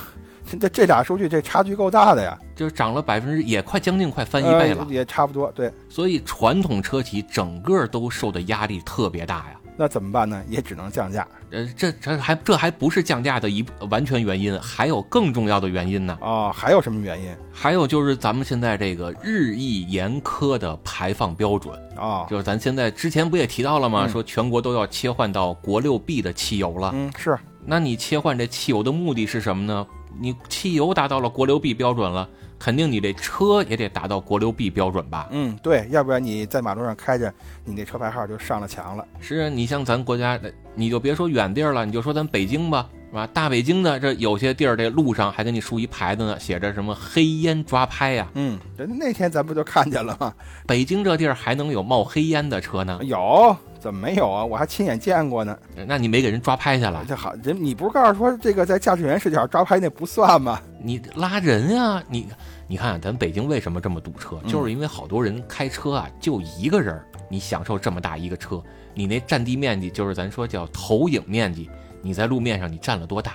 这这俩数据这差距够大的呀，
就是涨了百分之，也快将近快翻一倍了
呃。也差不多。对，
所以传统车企整个都受的压力特别大呀。
那怎么办呢？也只能降价。
呃，这这还这还不是降价的一完全原因，还有更重要的原因呢。
哦，还有什么原因？
还有就是咱们现在这个日益严苛的排放标准，
哦，
就是咱现在之前不也提到了吗？
嗯
说全国都要切换到国六 B 的汽油了。
嗯，是，
那你切换这汽油的目的是什么呢？你汽油达到了国六 B 标准了，肯定你这车也得达到国六 B 标准吧？
嗯，对，要不然你在马路上开着，你那车牌号就上了墙了。
是啊，你像咱国家，呃你就别说远地儿了，你就说咱北京吧，是吧？大北京的这有些地儿，这路上还给你竖一牌子呢，写着什么“黑烟抓拍”呀。
嗯，这那天咱不就看见了
*laughs*
吗？
北京这地儿还能有冒黑烟的车呢？
有，怎么没有啊？我还亲眼见过呢。
那你没给人抓拍下来，
这好，人你不是告诉说这个在驾驶员视角抓拍那不算吗？
你拉人啊！你你看，咱北京为什么这么堵车？
嗯
就是因为好多人开车啊，就一个人儿，你享受这么大一个车，你那占地面积就是咱说叫投影面积，你在路面上你占了多大，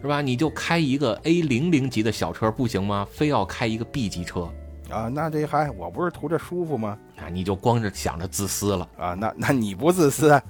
是吧？你就开一个 A 零零级的小车不行吗？非要开一个 B 级车
啊，那这还我不是图这舒服吗？
啊？你就光是想着自私了。
啊，那那你不自私，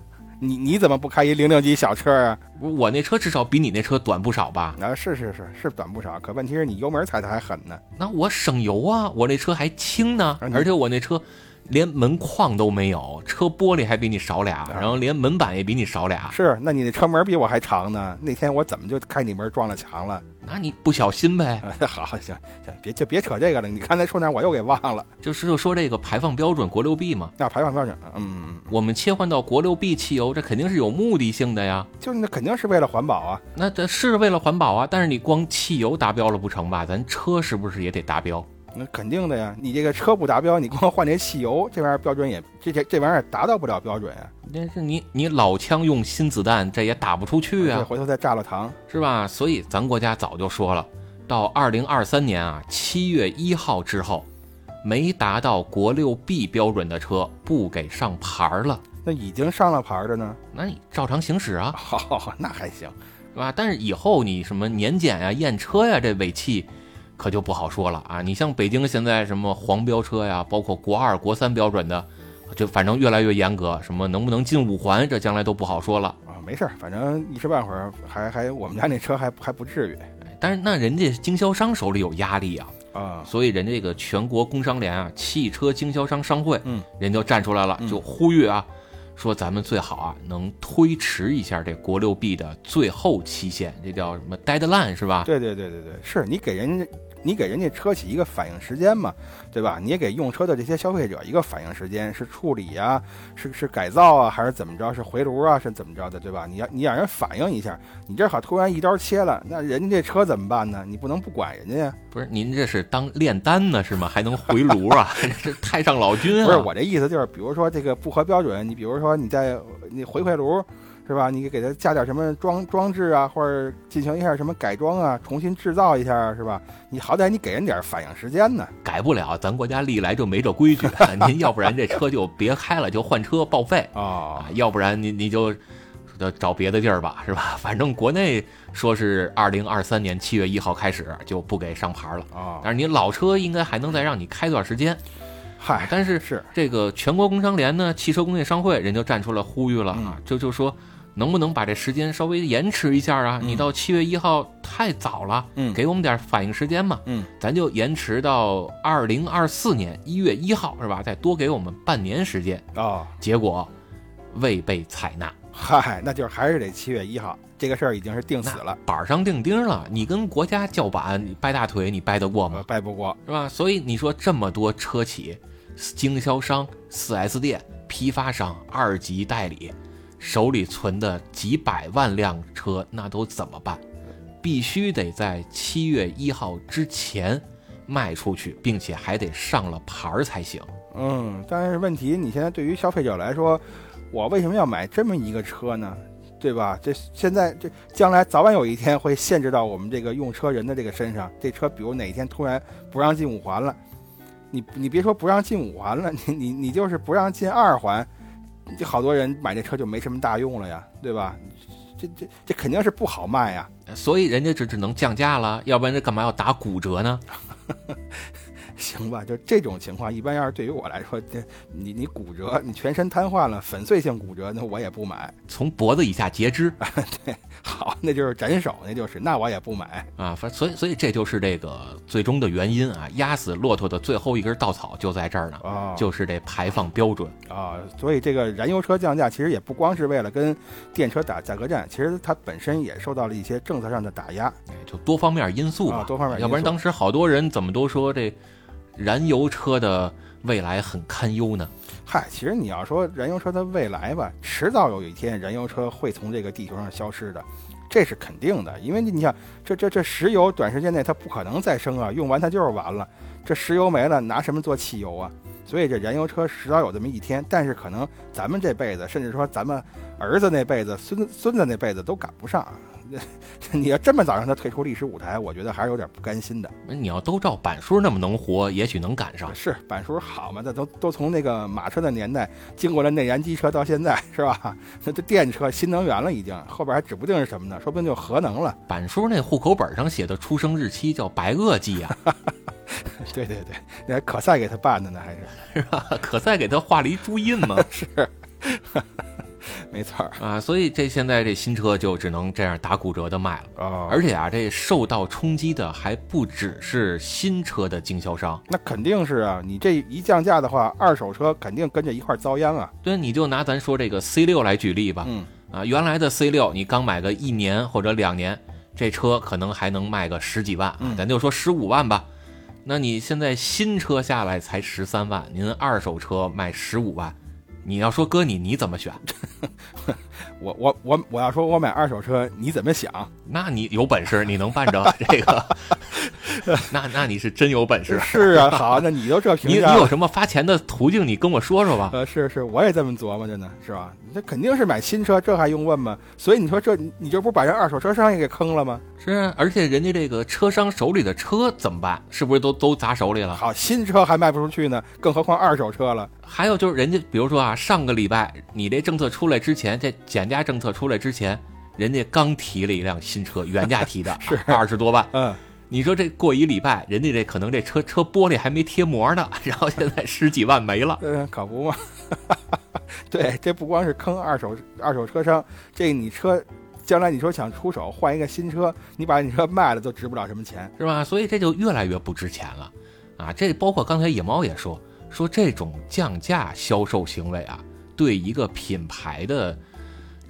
你你怎么不开一零零级小车啊？
不是我那车至少比你那车短不少吧？
啊，是是是是短不少，可问题是你油门踩的还狠呢。
那我省油啊，我那车还轻呢
啊，你
而且我那车连门框都没有，车玻璃还比你少俩，
啊
然后连门板也比你少俩，
是，那你那车门比我还长呢。那天我怎么就开你门撞了墙了？ *laughs*
那你不小心呗。
啊，好，行行，别就别扯这个了。你刚才说哪儿我又给忘了。
就是就说这个排放标准国六 B 嘛，
那排放标准，嗯，
我们切换到国六 B 汽油，这肯定是有目的性的呀。
就是那肯定是为了环保啊。
那这是为了环保啊，但是你光汽油达标了不成吧？咱车是不是也得达标？
那肯定的呀，你这个车不达标，你光换这汽油，这玩意儿标准也这这这玩意儿达到不了标准啊。
但是你你老枪用新子弹，这也打不出去啊
这。回头再炸了糖。
是吧？所以咱国家早就说了，到二零二三年啊七月一号之后，没达到国六 B 标准的车不给上牌儿了，
那已经上了牌儿的呢？
那你照常行驶啊，
*laughs* 好，那还行。
是吧？但是以后你什么年检呀、验车呀，这尾气可就不好说了啊。你像北京现在什么黄标车呀，包括国二、国三标准的，就反正越来越严格，什么能不能进五环，这将来都不好说了。
啊，没事儿，反正一时半会儿还还我们家那车还还不至于
哎但是那人家经销商手里有压力啊，
啊。
所以人家这个全国工商联啊，汽车经销商商会，
嗯，
人就站出来了，
嗯
就呼吁啊，说咱们最好啊能推迟一下这国六 B 的最后期限，这叫什么 deadline 是吧？
对对对对对，是你给人家你给人家车企一个反应时间嘛，对吧？你也给用车的这些消费者一个反应时间，是处理啊，是是改造啊，还是怎么着？是回炉啊，是怎么着的，对吧？你要你让人反应一下，你这好突然一刀切了，那人家这车怎么办呢？你不能不管人家呀。
不是您这是当炼丹呢是吗？还能回炉啊？ *laughs* 这太上老君啊！
不是我这意思，就是比如说这个不合标准，你比如说你在呃你回回炉是吧？你给它加点什么装装置啊，或者进行一下什么改装啊，重新制造一下啊是吧？你好歹你给人点反应时间呢。
改不了，咱国家历来就没这规矩。 *laughs* 您要不然这车就别开了，就换车报废
哦
啊，要不然您你就就找别的地儿吧，是吧？ *laughs* 反正国内说是二零二三年七月一号开始就不给上牌了，
哦，
但是你老车应该还能再让你开段时间。哎
嗨，
但是
是
这个全国工商联呢，汽车工业商会人就站出来呼吁了
嗯
啊，就就说能不能把这时间稍微延迟一下啊？
嗯
你到七月一号太早了，
嗯
给我们点反应时间嘛，
嗯，
咱就延迟到二零二四年一月一号是吧？再多给我们半年时间。
哦，
结果未被采纳，
嗨，那就是还是得七月一号，这个事儿已经是定死了，
板上钉钉了。你跟国家叫板，你掰大腿，你掰得过吗
呃？掰不过。
是吧？所以你说这么多车企、经销商、4S 店、批发商、二级代理，手里存的几百万辆车，那都怎么办？必须得在七月一号之前卖出去，并且还得上了牌儿才行。
嗯，但是问题，你现在对于消费者来说，我为什么要买这么一个车呢？对吧？这现在这将来早晚有一天会限制到我们这个用车人的这个身上。这车比如哪一天突然不让进五环了，你你别说不让进五环了，你你你就是不让进二环，这好多人买这车就没什么大用了呀，对吧？这这这肯定是不好卖呀。 *laughs*
所以人家只只能降价了，要不然这干嘛要打骨折呢？
行吧，就这种情况，一般要是对于我来说，这你你骨折，你全身瘫痪了，粉碎性骨折，那我也不买。
从脖子以下截肢
*laughs* 好，那就是斩首，那就是，那我也不买。
啊，反所以所以这就是这个最终的原因啊，压死骆驼的最后一根稻草就在这儿呢。
*laughs* 啊
就是这排放标准。
啊、所以这个燃油车降价，其实也不光是为了跟电车打价格战，其实它本身也受到了一些政策上的打压。
哎就多方面因素吧，
啊多方面因素
要不然当时好多人怎么都说这燃油车的未来很堪忧呢？
嗨，其实你要说燃油车的未来吧，迟早有一天燃油车会从这个地球上消失的，这是肯定的。因为你你想，这这这石油短时间内它不可能再生啊，用完它就是完了。这石油没了，拿什么做汽油啊？所以这燃油车迟早有这么一天，但是可能咱们这辈子，甚至说咱们儿子那辈子、孙子孙子那辈子都赶不上。啊 *laughs* 你要这么早让它退出历史舞台，我觉得还是有点不甘心的。
你要都照板书那么能活，也许能赶上。
是板叔好嘛？这都都从那个马车的年代经过了内燃机车到现在，是吧？那这电车新能源了已经，后边还指不定是什么呢？说不定就核能了。 *laughs*
板书那户口本上写的出生日期叫白垩纪啊， *laughs*
对对对，那还可赛给他办的呢，还是
是吧？可赛给他画了一朱印
*laughs*
嘛，
没错儿
啊，所以这现在这新车就只能这样打骨折的卖了。
哦而
而且啊，这受到冲击的还不只是新车的经销商，
那肯定是啊，你这一降价的话，二手车肯定跟着一块儿遭殃啊。
对，你就拿咱说这个 C 六来举例吧，
嗯，
啊，原来的 C 六你刚买个一年或者两年，这车可能还能卖个十几万啊，
嗯
咱就说十五万吧。那你现在新车下来才十三万，您二手车卖十五万，你要说搁你你怎么选？
我我我我要说我买二手车，你怎么想？
那你有本事你能办着这个 *laughs* 那那你是真有本事。
是啊，好，那你就这
*laughs* 你
评
你
价，
有什么发钱的途径？你跟我说说吧。
呃，是是，我也这么琢磨着呢，是吧？你这肯定是买新车，这还用问吗？所以你说这你你这不是把人二手车商也给坑了吗？
是啊，而且人家这个车商手里的车怎么办？是不是都都砸手里了？
好，新车还卖不出去呢，更何况二手车了。
还有就是人家，比如说啊，上个礼拜你这政策出来之前，这减价政策出来之前，人家刚提了一辆新车，原价提的，
*laughs*
啊
是
二十多万。
嗯，
你说这过一礼拜，人家这可能这车车玻璃还没贴膜呢， *laughs* 然后现在十几万没了。
嗯，可不嘛。 *laughs* 对，这不光是坑二手二手车商，这你车将来你说想出手换一个新车，你把你车卖了都值不了什么钱。
是吧？所以这就越来越不值钱了，啊，这包括刚才野猫也说说这种降价销售行为啊，对一个品牌的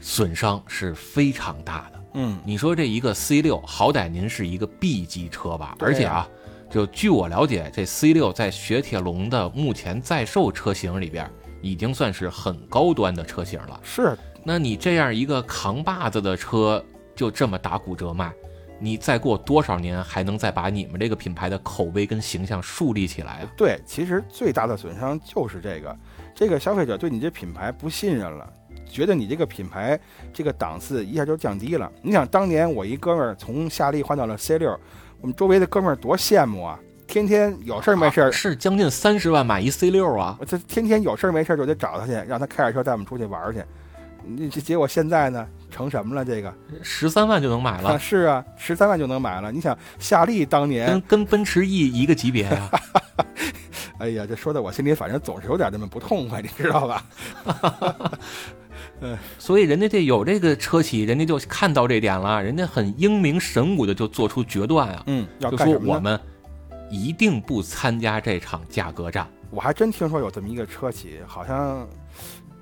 损伤是非常大的。
嗯，
你说这一个 C 六，好歹您是一个 B 级车吧？
对啊
而且啊，就据我了解，这 C 六在雪铁龙的目前在售车型里边，已经算是很高端的车型了。
是，
那你这样一个扛把子的车就这么打骨折卖，你再过多少年还能再把你们这个品牌的口碑跟形象树立起来啊？
对，其实最大的损伤就是这个，这个消费者对你这品牌不信任了。觉得你这个品牌这个档次一下就降低了。你想，当年我一哥们儿从夏利换到了 C 六，我们周围的哥们儿多羡慕啊！天天有事儿没事儿
啊是将近三十万买一 C 六啊？
我这天天有事儿没事儿就得找他去，让他开着车带我们出去玩儿去。你这结果现在呢，成什么了？这个
十三万就能
*laughs*
买
啊
了，
是啊，十三万就能买了。你想夏利当
跟
年，
跟奔驰 E 一个级别
*laughs*
啊？
哎呀，这说的我心里反正总是有点那么不痛快，你 *laughs* 知道吧？
所以人家这有这个车企，人家就看到这点了，人家很英明神武的就做出决断啊，
嗯，要
就
干
说
什
我
么呢？
们一定不参加这场价格战。
我还真听说有这么一个车企，好像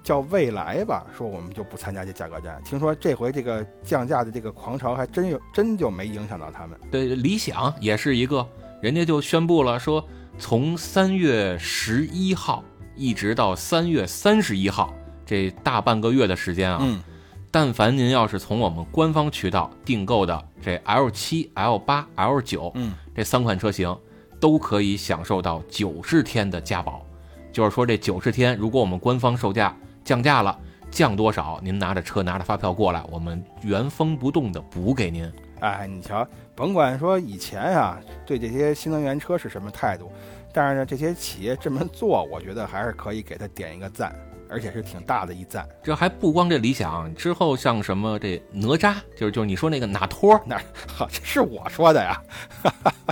叫蔚来吧，说我们就不参加这价格战。听说这回这个降价的这个狂潮还真有真就没影响到他们。
对，理想也是一个，人家就宣布了说，从三月十一号一直到三月三十一号，这大半个月的时间啊，
嗯，
但凡您要是从我们官方渠道订购的这 L 七、L 八、L 九，
嗯，
这三款车型都可以享受到九十天的加保，就是说这九十天，如果我们官方售价降价了，降多少，您拿着车拿着发票过来，我们原封不动的补给您。
哎，你瞧，甭管说以前啊，对这些新能源车是什么态度，但是呢，这些企业这么做，我觉得还是可以给他点一个赞，而且是挺大的一赞。
这还不光这理想，之后像什么这哪吒，就是就是你说那个哪托
那哈，这是我说的呀。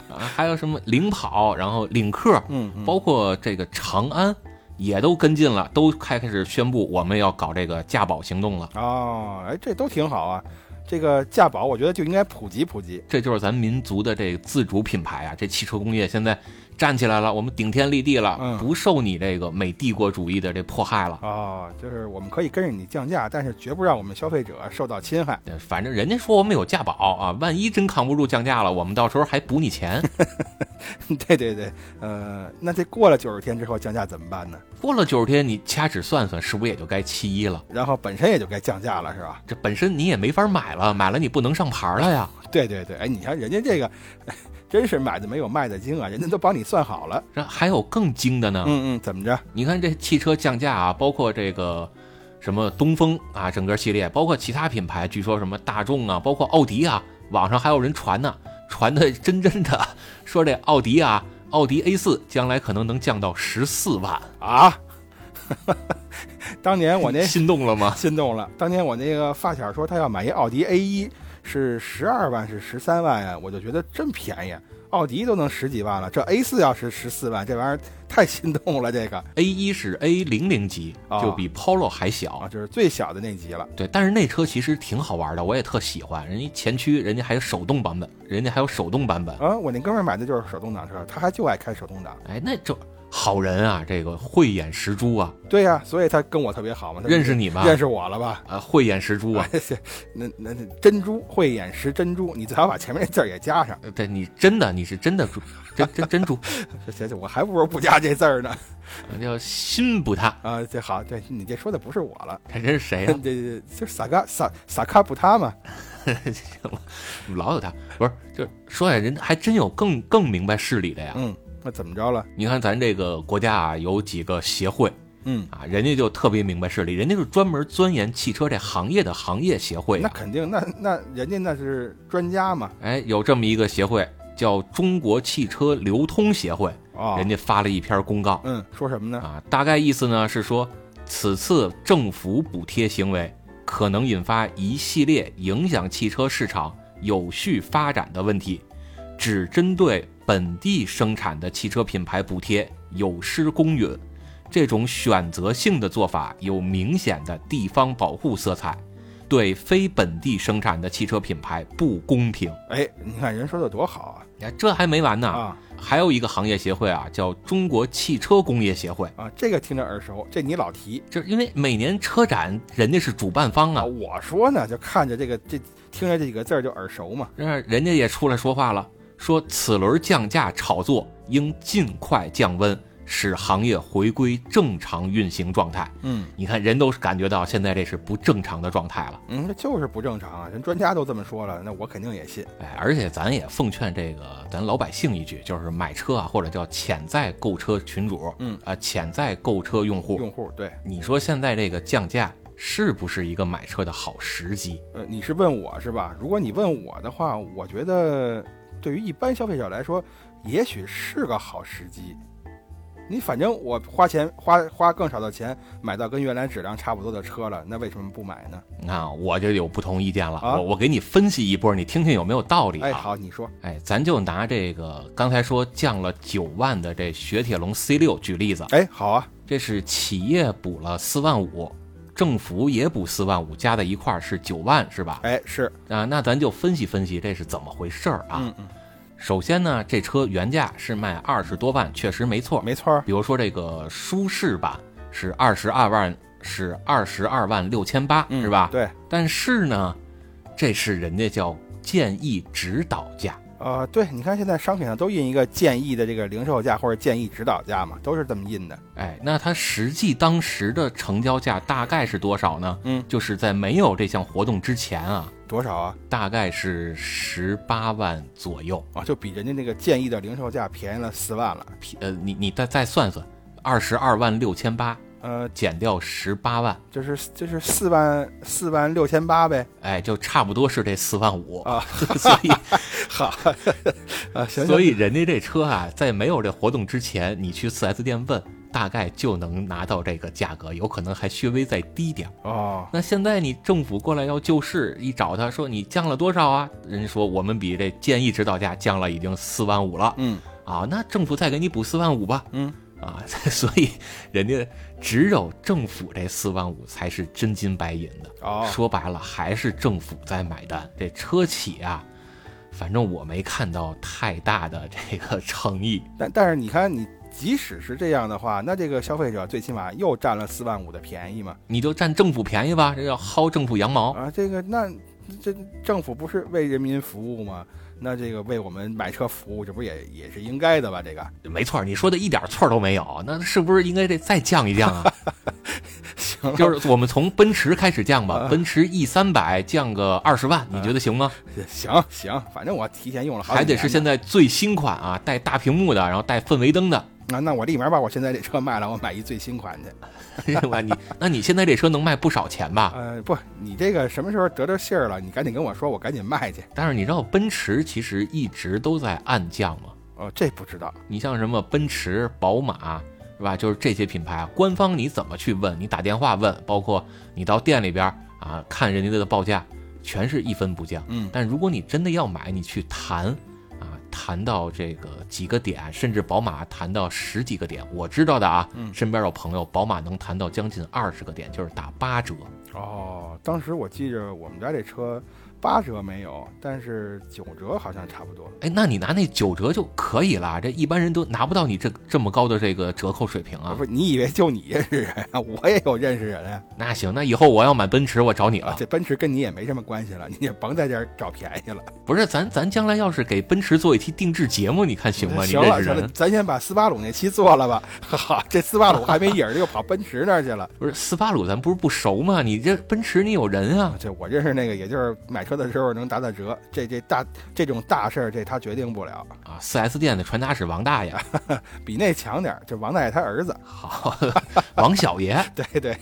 啊，还有什么领跑，然后领克，
嗯嗯，
包括这个长安，也都跟进了，都开开始宣布我们要搞这个驾保行动了。
哦，哎，这都挺好啊。这个价保，我觉得就应该普及普及。
这就是咱民族的这个自主品牌啊！这汽车工业现在站起来了，我们顶天立地了，
嗯
不受你这个美帝国主义的这迫害了。
哦，就是我们可以跟着你降价，但是绝不让我们消费者受到侵害。 *laughs*
呃反正人家说我们有驾保啊，万一真扛不住降价了，我们到时候还补你钱。
对对对，呃，那这过了九十天之后降价怎么办呢？
过了九十天，你掐指算算，是不是也就该七一了？
然后本身也就该降价了，是吧？
这本身你也没法买了，买了你不能上牌了呀，
对对对，哎，你瞧人家这个，哎真是买的没有卖的精啊，人家都帮你算好了。
这还有更精的呢。
嗯嗯，怎么着？
你看这汽车降价啊，包括这个什么东风啊，整个系列，包括其他品牌，据说什么大众啊，包括奥迪啊，网上还有人传呢、传的真真的说这奥迪啊，奥迪 A 四将来可能能降到十四万，
啊？ *laughs* 当
*laughs*
年我那
心动了吗？
心动了，当年我那个发小说他要买一奥迪 A 一，是十二万是十三万呀、我就觉得真便宜，奥迪都能十几万了，这 A 四要是十四万，这玩意儿太心动了，这个
A 一是 A 零零级，
啊
就比 Polo 还小
啊，，就是最小的那级了。
对，但是那车其实挺好玩的，我也特喜欢。人家前驱，人家还有手动版本，人家还有手动版本。
嗯啊，我那哥们儿买的就是手动挡车，他还就爱开手动挡。
哎，那就好人啊，这个慧眼识珠啊，
对呀、所以他跟我特别好嘛，他
认识你吧？
认识我了吧？
啊，慧眼识珠
*laughs* 哎
啊，
那那那珍珠慧眼识珍珠，你最好把前面那字儿也加上。 *laughs*
呃对你真的你是真的珠，真真真珠，
这这这，我还不如不加这字儿呢。 *laughs*
叫心不踏，
啊，这好，对你这说的不是我了，
看这是谁啊
这
哎呀、
*laughs* 这就是萨嘎萨萨卡布他嘛。
老有他，不是，就是说起来人还真有更更明白事理的哎呀。
嗯，那怎么着了？
你看咱这个国家啊，有几个协会
嗯，
啊，人家就特别明白事理，人家就专门钻研汽车这行业的行业协会
那
啊。
肯定，那那人家那是专家嘛。
哎，有这么一个协会叫中国汽车流通协会，
哦，
人家发了一篇公告
嗯，说什么呢？
啊，大概意思呢是说，此次政府补贴行为可能引发一系列影响汽车市场有序发展的问题，只针对本地生产的汽车品牌补贴有失公允。这种选择性的做法有明显的地方保护色彩，对非本地生产的汽车品牌不公平。
哎，你看人说的多好
哎，这还没完呢，
啊！啊
还有一个行业协会啊，叫中国汽车工业协会。
啊，这个听着耳熟，这你老提
就是因为每年车展人家是主办方啊，
我说呢，就看着这个这听着这几个字儿就耳熟嘛。
那人家也出来说话了，说此轮降价炒作应尽快降温，使行业回归正常运行状态。
嗯
你看，人都是感觉到现在这是不正常的状态了，
嗯，这就是不正常啊！人专家都这么说了，那我肯定也信。
哎，而且咱也奉劝这个咱老百姓一句，就是买车啊，或者叫潜在购车群主，
嗯
啊，潜在购车用户，
用户对，
你说现在这个降价是不是一个买车的好时机？
呃，你是问我是吧？如果你问我的话，我觉得对于一般消费者来说，也许是个好时机。你反正我花钱花花更少的钱买到跟原来质量差不多的车了，那为什么不买呢？
你看啊，我就有不同意见了，
啊
我我给你分析一波，你听听有没有道理啊？
哎，好，你说，
哎，咱就拿这个刚才说降了九万的这雪铁龙 C 六举例子，
哎，好啊，
这是企业补了四万五，政府也补四万五，加在一块儿是九万，是吧？
哎，是，
啊，那咱就分析分析这是怎么回事儿啊？
嗯嗯，
首先呢，这车原价是卖二十多万，确实没错。
没错儿，
比如说这个舒适版是二十二万，是二十二万六千八，
嗯
是吧？
对，
但是呢，这是人家叫建议指导价。
啊，对，你看现在商品上都印一个建议的这个零售价或者建议指导价嘛，都是这么印的。
哎，那它实际当时的成交价大概是多少呢？
嗯，
就是在没有这项活动之前啊，
多少啊？
大概是十八万左右。
啊，就比人家那个建议的零售价便宜了四万了。
呃，你你再再算算，二十二万六千八
呃，
减掉十八万，
这是这是四万四万六千八
*laughs*
呗。
哎，就差不多是这四万五
啊。
*laughs* 所
*laughs*
以，
好，啊，行
所
以
以人家这车啊，在没有这活动之前，你去 4S 店问，大概就能拿到这个价格，有可能还稍微再低点儿。
哦，
那现在你政府过来要救市，一找他说你降了多少啊？人家说我们比这建议指导价降了已经四万五了
嗯
啊，那政府再给你补四万五吧
嗯，
啊， *laughs* 所以人家只有政府这四万五才是真金白银的，
哦，
说白了还是政府在买单。这车企啊，反正我没看到太大的这个诚意。 *laughs*
但但是你看你。即使是这样的话，那这个消费者最起码又占了四万五的便宜嘛？
你就占政府便宜吧，这叫薅政府羊毛。
啊，这个那这政府不是为人民服务吗？那这个为我们买车服务，这不也也是应该的吧？这个，
没错，你说的一点错儿都没有。那是不是应该得再降一降啊？
*laughs* 行了，
就是我们从奔驰开始降吧
啊，
奔驰 E 三百降个二十万，你觉得行吗？
行行，反正我提前用了好几
还
年呢，
得是现在最新款啊，带大屏幕的，然后带氛围灯的，
啊那那我立马把我现在这车卖了，我买一最新款去。
是吧？你那你现在这车能卖不少钱吧？
呃，不，你这个什么时候得着信儿了，你赶紧跟我说，我赶紧卖去。
但是你知道奔驰其实一直都在暗降吗？
哦，这不知道，
你像什么奔驰、宝马是吧？就是这些品牌，啊官方你怎么去问？你打电话问，包括你到店里边儿啊看人家的报价，全是一分不降。
嗯，
但如果你真的要买，你去谈啊，谈到这个几个点，甚至宝马谈到十几个点，我知道的啊，
嗯
身边有朋友宝马能谈到将近二十个点，就是打八折。
哦，当时我记着我们家这车八折没有，但是九折好像差不多。
哎，那你拿那九折就可以了，这一般人都拿不到你这这么高的这个折扣水平啊
不。是，你以为就你认识人啊？ *laughs* 我也有认识人呀、
那行，那以后我要买奔驰，我找你
啊。
了。
这奔驰跟你也没什么关系了，你也甭在这儿找便宜了。
不是，咱咱将来要是给奔驰做一期定制节目，你看行吗？你
行
认
了
识
行了
人，？
咱先把斯巴鲁那期做了吧。 *laughs* 哈哈，这斯巴鲁还没影儿，又跑奔驰那儿去了。
不是斯巴鲁，咱不是不熟吗？你这奔驰你有人啊？
这我认识那个，也就是买车的时候能打打折。这这大这种大事儿，这他决定不了。
啊，4 S 店的传达室王大
*laughs*
爷，
比那强点儿，就王大爷他儿子。 *laughs*
好，王小爷，啊
对对，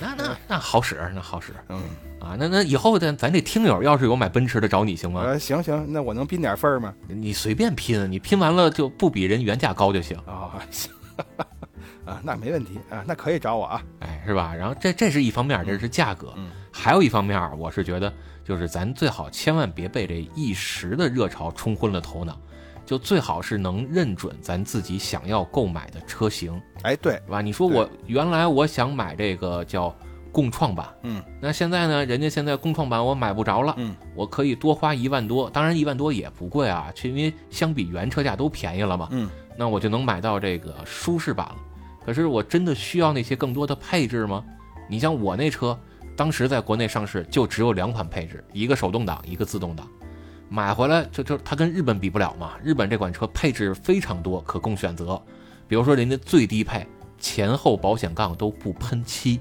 那那那好使，那好使
嗯，
啊！那那以后咱咱这听友要是有买奔驰的找你行
我
吗？
说行行，那我能拼点分儿吗？
你随便拼，你拼完了就不比人原价高就行，
啊、行 *laughs* 啊，那没问题啊，那可以找我啊。
哎，是吧？然后这这是一方面，这是价格，
嗯
还有一方面，我是觉得就是咱最好千万别被这一时的热潮冲昏了头脑，就最好是能认准咱自己想要购买的车型。
哎，对，
是吧？你说我原来我想买这个叫共创版，
嗯，
那现在呢，人家现在共创版我买不着了，
嗯，
我可以多花一万多，当然一万多也不贵啊，因为相比原车价都便宜了嘛，
嗯，
那我就能买到这个舒适版了。可是我真的需要那些更多的配置吗？你像我那车，当时在国内上市就只有两款配置，一个手动挡，一个自动挡。买回来就就它跟日本比不了嘛，日本这款车配置非常多，可供选择。比如说人家最低配前后保险杠都不喷漆，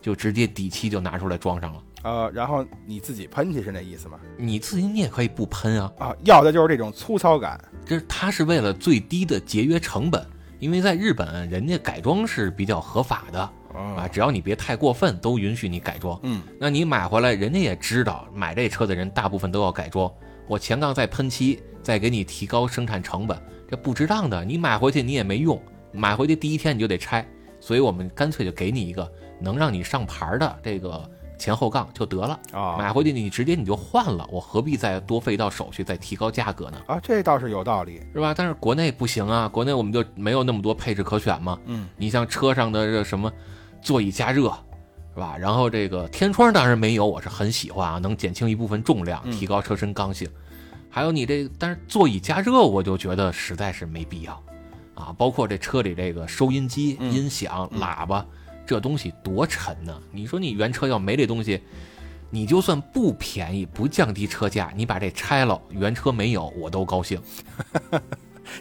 就直接底漆就拿出来装上了。
呃，然后你自己喷去是那意思吗？
你自己你也可以不喷啊，
啊，要的就是这种粗糙感。
这它是为了最低的节约成本，因为在日本人家改装是比较合法的啊，
啊，
只要你别太过分，都允许你改装。
嗯，
那你买回来，人家也知道买这车的人大部分都要改装，我前杠再喷漆，再给你提高生产成本，这不值当的。你买回去你也没用，买回去第一天你就得拆，所以我们干脆就给你一个能让你上牌儿的这个前后杠就得了。
啊
买回去你直接你就换了，我何必再多费一道手续再提高价格呢？
啊，这倒是有道理。
是吧？但是国内不行啊，国内我们就没有那么多配置可选嘛。
嗯，
你像车上的这什么座椅加热，是吧？然后这个天窗当然没有，我是很喜欢啊，能减轻一部分重量，
嗯
提高车身刚性。还有你这，但是座椅加热我就觉得实在是没必要啊。包括这车里这个收音机、
嗯
音响、
嗯
喇叭，这东西多沉呢、你说你原车要没这东西，你就算不便宜，不降低车价，你把这拆了，原车没有，我都高兴。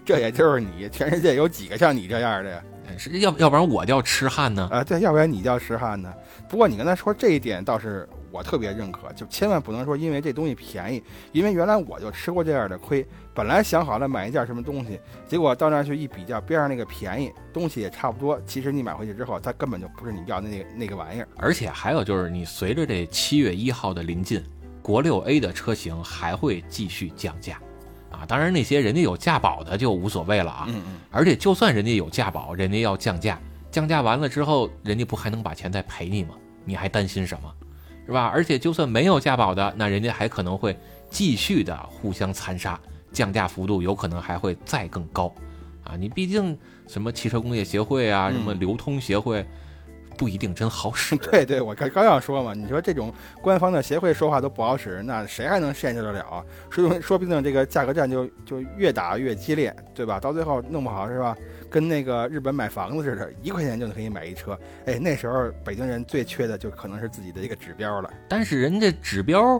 这也就是你，全世界有几个像你这样的呀？
哎是要要不然我叫痴汉呢？
啊，对，要不然你叫石汉呢？不过你刚才说这一点倒是我特别认可，就千万不能说因为这东西便宜，因为原来我就吃过这样的亏。本来想好了买一件什么东西，结果到那儿去一比较，边上那个便宜，东西也差不多。其实你买回去之后，它根本就不是你要的那个那个玩意儿。
而且还有就是，你随着这七月一号的临近，国六 A 的车型还会继续降价，啊，当然那些人家有价保的就无所谓了啊。
嗯嗯，
而且就算人家有价保，人家要降价，降价完了之后，人家不还能把钱再赔你吗？你还担心什么，是吧？而且就算没有价保的，那人家还可能会继续的互相残杀，降价幅度有可能还会再更高，啊，你毕竟什么汽车工业协会啊，
嗯
什么流通协会，不一定真好使。
*laughs* 对对，我刚刚要说嘛，你说这种官方的协会说话都不好使，那谁还能限制得了啊？说不定说不定这个价格战就就越打越激烈，对吧？到最后弄不好是吧？跟那个日本买房子似的，一块钱就可以买一车。哎，那时候北京人最缺的就可能是自己的一个指标了。
但是人家指标，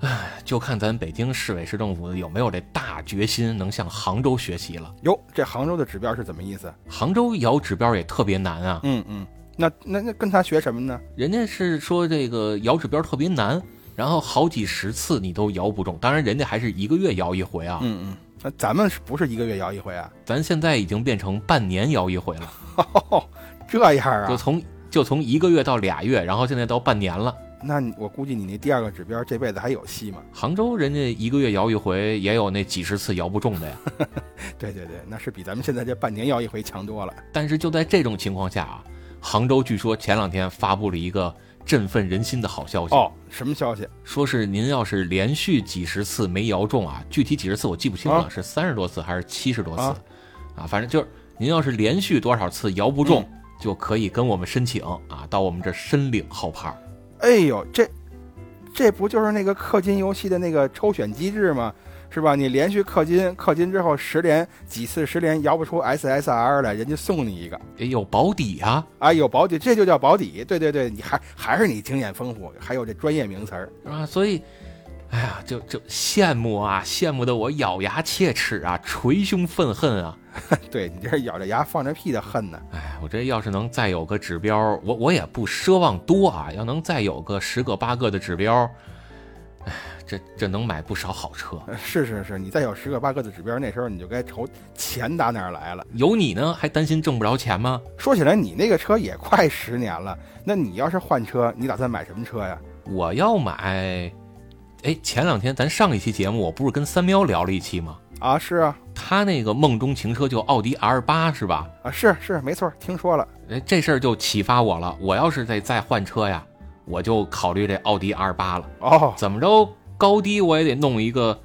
唉，就看咱北京市委市政府有没有这大决心，能向杭州学习了。
哟，这杭州的指标是怎么意思？
杭州摇指标也特别难啊，
嗯嗯，那那那跟他学什么呢？
人家是说这个摇指标特别难，然后好几十次你都摇不中。当然，人家还是一个月摇一回啊，
嗯嗯，那咱们是不是一个月摇一回啊？
咱现在已经变成半年摇一回了，
哦，这样
就
啊？
从就从一个月到俩月，然后现在到半年了。
那你我估计你那第二个指标这辈子还有戏吗？
杭州人家一个月摇一回，也有那几十次摇不中的呀。
对对对，那是比咱们现在这半年要一回强多了。
但是就在这种情况下啊，杭州据说前两天发布了一个振奋人心的好消息，
哦，什么消息？
说是您要是连续几十次没摇中啊，具体几十次我记不清了，
啊
是三十多次还是七十多次
啊
啊反正就是您要是连续多少次摇不
嗯
中，就可以跟我们申请啊，到我们这申领号牌儿。
哎呦，这这不就是那个氪金游戏的那个抽选机制吗？是吧？你连续氪金，氪金之后十连几次十连摇不出 SSR 来，人家送你一个，
哎有保底啊，
啊，有保底，这就叫保底。对对对，你还还是你经验丰富，还有这专业名词儿。 *laughs*
啊，所以，哎呀，就就羡慕啊，羡慕的我咬牙切齿啊，捶胸愤恨啊！
对你这是咬着牙放着屁的恨呢。 *laughs*
哎，我这要是能再有个指标，我我也不奢望多啊，要能再有个十个八个的指标，哎，这这能买不少好车。
呃是是是，你再有十个八个的指标，那时候你就该愁钱打哪儿来了。
有你呢，还担心挣不着钱吗？
说起来，你那个车也快十年了，那你要是换车，你打算买什么车呀？
我要买，哎，前两天咱上一期节目我不是跟三喵聊了一期吗？
啊，是啊，
他那个梦中情车就奥迪 R 八是吧？
啊是是，没错，听说了。
哎，这事儿就启发我了。我要是再再换车呀，我就考虑这奥迪 R 八了。
哦，
怎么着，高低我也得弄一个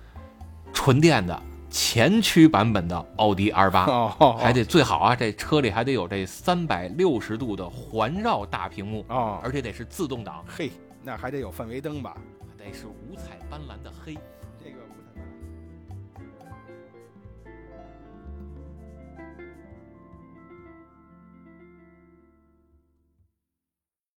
纯电的前驱版本的奥迪 R 八，
哦，哦
还得最好啊，这车里还得有这三百六十度的环绕大屏幕，
哦，
而且得是自动挡，
嘿，那还得有氛围灯吧？
得是五彩斑斓的黑。